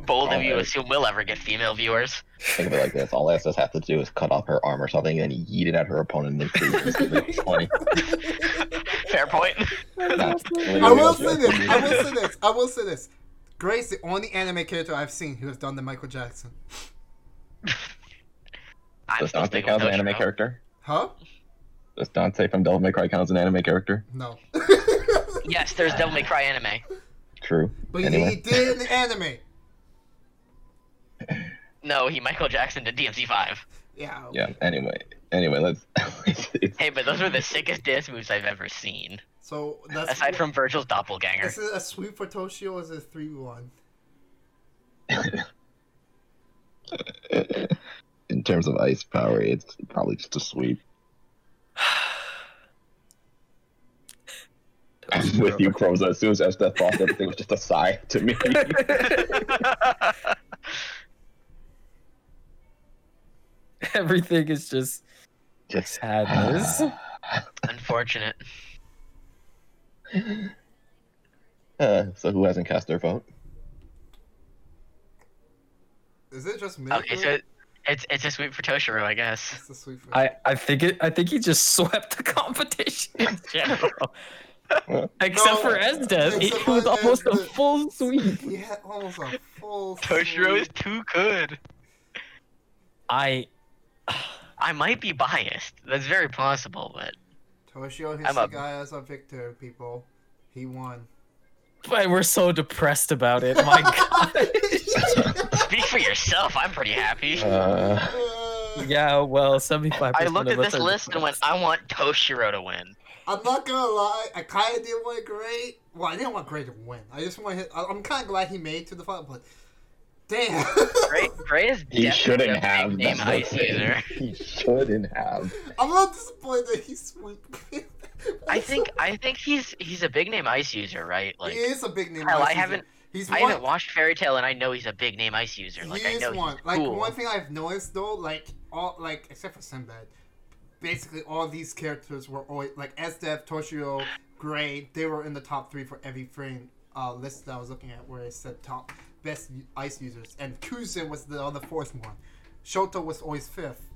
S4: Bold of you
S2: Alright.
S4: assume we'll ever get female viewers.
S2: Think of it like this: all Estes has to do is cut off her arm or something, and then yeet it at her opponent. And then she's twenty.
S4: Fair point.
S1: oh,
S2: That's really
S1: I will say
S2: good.
S1: this. I will say this. I will say this. Gray's the only anime character I've seen who has done the Michael Jackson.
S4: I'm
S2: Does
S4: still
S2: Dante
S4: sticking
S2: count
S4: with
S2: as an anime
S4: Toshiro.
S2: character?
S1: Huh?
S2: Does Dante from Devil May Cry count as an anime character?
S1: No.
S4: Yes, there's Devil May Cry anime.
S2: True.
S1: but
S2: anyway.
S1: he did in the anime.
S4: No, he Michael Jackson to DMC5.
S1: Yeah.
S2: Yeah. Anyway. Anyway, let's. it's,
S4: Hey, but those were the sickest dance moves I've ever seen.
S1: So that's
S4: Aside from Virgil's doppelganger.
S1: Is it a sweep for Toshio or is it three one?
S2: in terms of ice power, it's probably just a sweep. I'm with you, Croza. As soon as Esteth lost, everything was just a sigh to me.
S3: everything is just
S2: Just
S3: sadness.
S4: Unfortunate.
S2: Uh, so who hasn't cast their vote?
S1: Is it just me?
S4: Okay, so it's it's a sweep for Toshiro, I guess.
S1: it's a sweep for
S3: I, I think it. I think he just swept the competition in general. Except for Esdes,
S1: except
S3: it
S1: for
S3: was almost a
S1: Esdes.
S3: full sweep.
S1: He had almost a full
S4: Toshiro is
S1: sweep.
S4: too good.
S3: I
S4: I might be biased. That's very possible, but
S1: Toshio
S4: I'm a-
S1: Hisagaya is a victor, people. He won.
S3: but we're so depressed about it. My God.
S4: speak for yourself. I'm pretty happy.
S2: Uh,
S1: Uh,
S3: yeah, well, seventy-five.
S4: I looked at this list and went, I want Toshiro to win.
S1: I'm not gonna lie, I kinda didn't want Gray. Well, I didn't want Gray to win. I just want him. I- I'm kinda glad he made it to the final, but Damn.
S4: Gray, Gray is
S2: He
S4: definitely
S2: shouldn't
S4: a
S2: have.
S4: nickname
S2: That's the
S4: Ice
S2: thing.
S4: user.
S2: He shouldn't have.
S1: I'm not disappointed that he's sweet.
S4: I think I think he's he's a big name Ice user, right? Like
S1: he is a big name.
S4: Hell,
S1: ice
S4: I
S1: user.
S4: haven't-
S1: He's
S4: I
S1: one,
S4: haven't watched Fairy Tale, and I know he's a big name Ice user. Like
S1: he
S4: I
S1: is
S4: know he's
S1: one. Like
S4: cool.
S1: one thing I've noticed though, like all like except for Sinbad, basically all these characters were always like Estef, Toshio, Gray. They were in the top three for every frame uh, list that I was looking at, where it said top best u- ice users, and Kuzen was the other fourth one. Shoto was always fifth,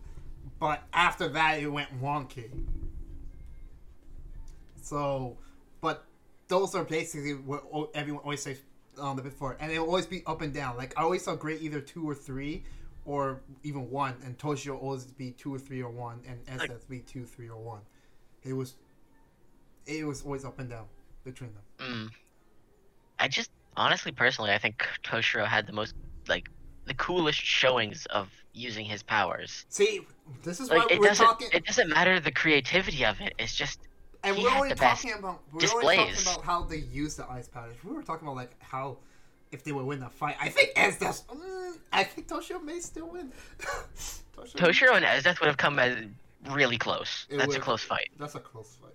S1: but after that it went wonky. So, but those are basically what o- everyone always says on the before, and it'll always be up and down. Like I always saw great either two or three, or even one, and Toshio always be two or three or one, and SS be two, three or one. It was, it was always up and down between them.
S4: Mm. I just honestly, personally, I think Toshiro had the most like the coolest showings of using his powers.
S1: See, this is why
S4: Like it
S1: we're
S4: doesn't
S1: talking,
S4: it doesn't matter the creativity of it. It's just
S1: and
S4: he
S1: we're
S4: had
S1: already
S4: the best
S1: talking about we're already talking
S4: displays.
S1: about how they use the ice powders. We were talking about like how. If they would win the fight, I think SS. Mm, I think Toshio may still win. Toshio-
S4: Toshiro and Ezeth would have come as really close.
S1: Mm-hmm. It
S4: That's a
S1: would.
S4: close fight.
S1: That's a close fight.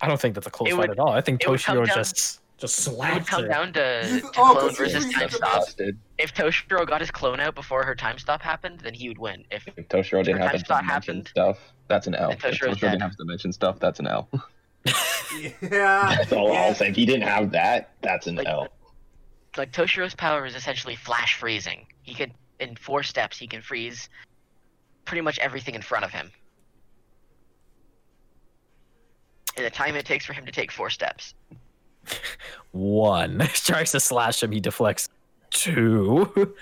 S3: I don't think that's a close
S4: It
S3: fight
S4: would-
S3: at all. I think
S4: it would come
S3: Toshiro
S4: down-
S3: just just
S4: It would
S3: slapped
S4: come
S3: her.
S4: down to,
S1: You-
S4: to
S1: oh,
S4: clone
S1: 'cause he's
S4: versus
S1: using
S4: time
S1: the
S4: stop.
S1: best-
S2: Exhausted.
S4: If Toshiro got his clone out before her time stop happened, then he would win. If
S2: If Toshiro didn't have
S4: Sometimes
S2: to
S4: that
S2: mention
S4: happened.
S2: stuff, that's an L.
S4: And
S2: If
S4: Toshiro's
S2: Toshiro
S4: dead.
S2: didn't have to mention stuff, that's an L.
S1: Yeah.
S2: That's all
S1: yeah.
S2: I'll say. If he didn't have that, that's an
S4: Like-
S2: L.
S4: like Toshiro's power is essentially flash freezing. He could in four steps he can freeze pretty much everything in front of him. In the time it takes for him to take four steps.
S3: One tries to slash him. He deflects. Two.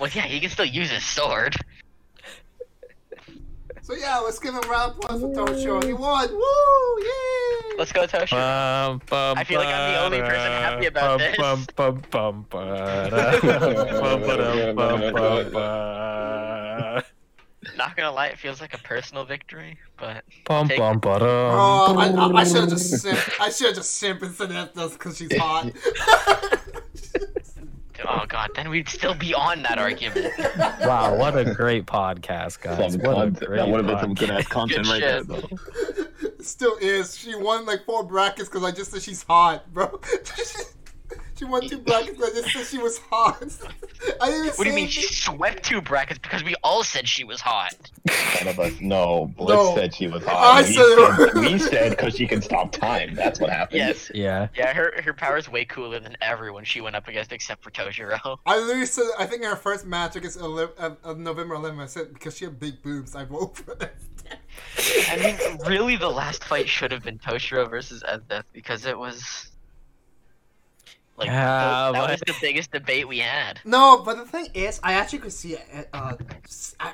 S4: Well yeah, he can still use his sword.
S1: So yeah, let's give him a round of applause for Tom Shaw. He won. Woo! Yay!
S4: Let's go Toshiro.
S3: I
S4: feel like I'm the only person happy about this. Not gonna lie, it feels like a personal victory, but Take-
S1: Oh, I, I, I should have just simp. I should have just simp and said that because she's hot.
S4: oh god, then we'd still be on that argument.
S3: Wow, what a great podcast, guys!
S2: Some
S3: What a
S2: content-
S3: great
S2: that would have been some
S3: podcast.
S2: good ass content right there,
S4: shit.
S2: though.
S1: Still is. She won like four brackets because I just said she's hot, bro. she won two brackets 'cause I just said she was hot. I didn't
S4: What do you
S1: say
S4: mean she swept two brackets because we all said she was hot?
S2: None of us. No, Blitz
S1: No.
S2: said she was
S1: I
S2: hot. We
S1: said-
S2: said we said because she can stop time. That's what happened.
S4: Yes.
S3: Yeah,
S4: Yeah, her her power's way cooler than everyone she went up against except for Toshiro.
S1: I literally said. I think in her first match against Oli- uh, uh, November 11, I said because she had big boobs. I vote for that.
S4: I mean, really, the last fight should have been Toshiro versus Ezeth because it was. Like,
S3: Yeah,
S4: that, that
S3: but-
S4: was the biggest debate we had.
S1: No, but the thing is, I actually could see a, a,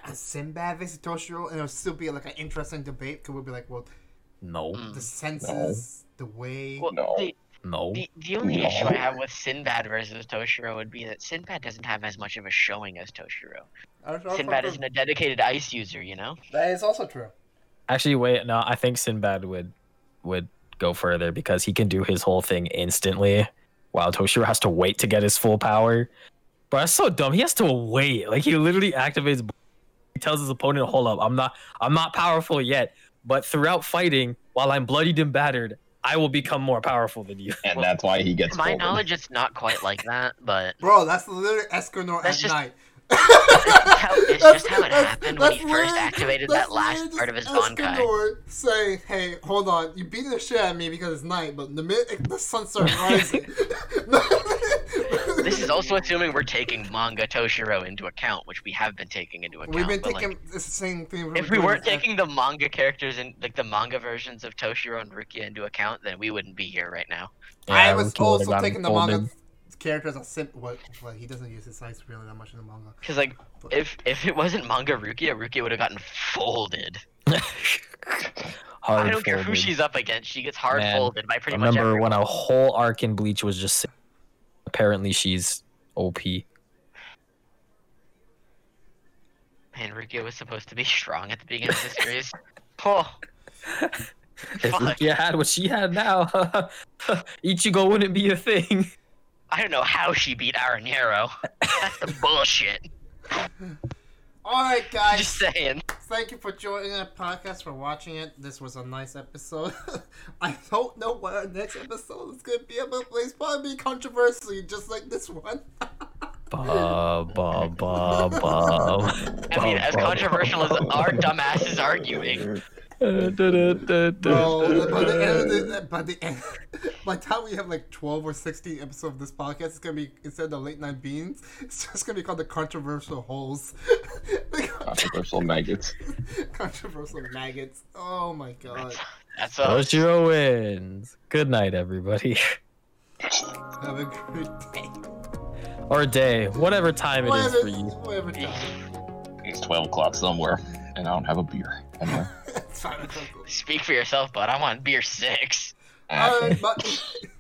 S1: a Sinbad versus Toshiro, and it'll still be like an interesting debate. Because we'll be like, well,
S3: no,
S4: Mm.
S1: the senses, the way.
S4: Well,
S2: No.
S4: the,
S3: no.
S4: the, the only
S2: No.
S4: issue I have with Sinbad versus Toshiro would be that Sinbad doesn't have as much of a showing as Toshiro.
S1: I don't know if
S4: Sinbad
S1: I'm-
S4: isn't a dedicated ice user, you know?
S1: That is also true.
S3: Actually, wait, no. I think Sinbad would would go further because he can do his whole thing instantly, while Toshiro has to wait to get his full power. But that's so dumb. He has to wait. Like he literally activates. He tells his opponent, "Hold up, I'm not, I'm not powerful yet. But throughout fighting, while I'm bloodied and battered, I will become more powerful than you."
S2: And that's why he gets
S4: To my
S2: folded.
S4: knowledge, it's not quite like that, but.
S1: Bro, that's literally Escanor
S4: That's
S1: at
S4: just-
S1: night.
S4: It's how- it's
S1: That's-
S4: just how it
S1: that's-
S4: happened when he
S1: that's
S4: first
S1: literally-
S4: activated
S1: that's
S4: that last
S1: literally
S4: part of his
S1: just
S4: Bonkai.
S1: Escanor saying, hey, hold on, you beat the shit at me because it's night, but the minute the sun starts rising.
S4: This is also assuming we're taking manga Toshiro into account, which we have been taking into account.
S1: We've been
S4: but, like,
S1: taking it's the same thing.
S4: if we weren't taking the manga characters and like the manga versions of Toshiro and Rukia into account, then we wouldn't be here right now.
S1: I
S3: Yeah,
S1: was
S3: Rukia would've
S1: also
S3: gotten
S1: taking the
S3: folded.
S1: manga characters as simp. Well, well, he doesn't use his eyes really that much in the manga.
S4: Because like, if if it wasn't manga Rukia, Rukia would have gotten folded.
S3: Hard
S4: I don't care who
S3: folded.
S4: she's up against; she gets hard
S3: Man,
S4: folded by pretty much
S3: remember
S4: everyone.
S3: when a whole arc in Bleach was just apparently she's OP.
S4: And Rukia was supposed to be strong at the beginning of this series. Oh,
S3: If
S4: Fuck.
S3: Rukia had what she had now, Ichigo wouldn't be a thing.
S4: I don't know how she beat Aranero. That's the bullshit.
S1: All right, guys.
S4: Just saying.
S1: Thank you for joining the podcast, for watching it. This was a nice episode. I don't know what our next episode is going to be about, but it's probably controversy, just like this one.
S3: Ba ba ba ba.
S4: I mean, as controversial as our dumbasses arguing,
S1: Bro, by the end, of the, by the end, by the time we have like twelve or sixteen episodes of this podcast, it's gonna be instead of the late night beans, it's just gonna be called the controversial holes,
S2: Controversial maggots.
S1: controversial maggots. Oh my god!
S4: that's uh, all.
S3: Toshiro wins. Good night, everybody.
S1: Have a great day.
S3: Or day, whatever time it is
S1: Whatever,
S3: for you.
S1: whatever time.
S2: It's 12 o'clock somewhere, and I don't have a beer. Anyway.
S1: It's fine. it's okay.
S4: Speak for yourself, bud. I'm on beer six.
S1: All right, bye.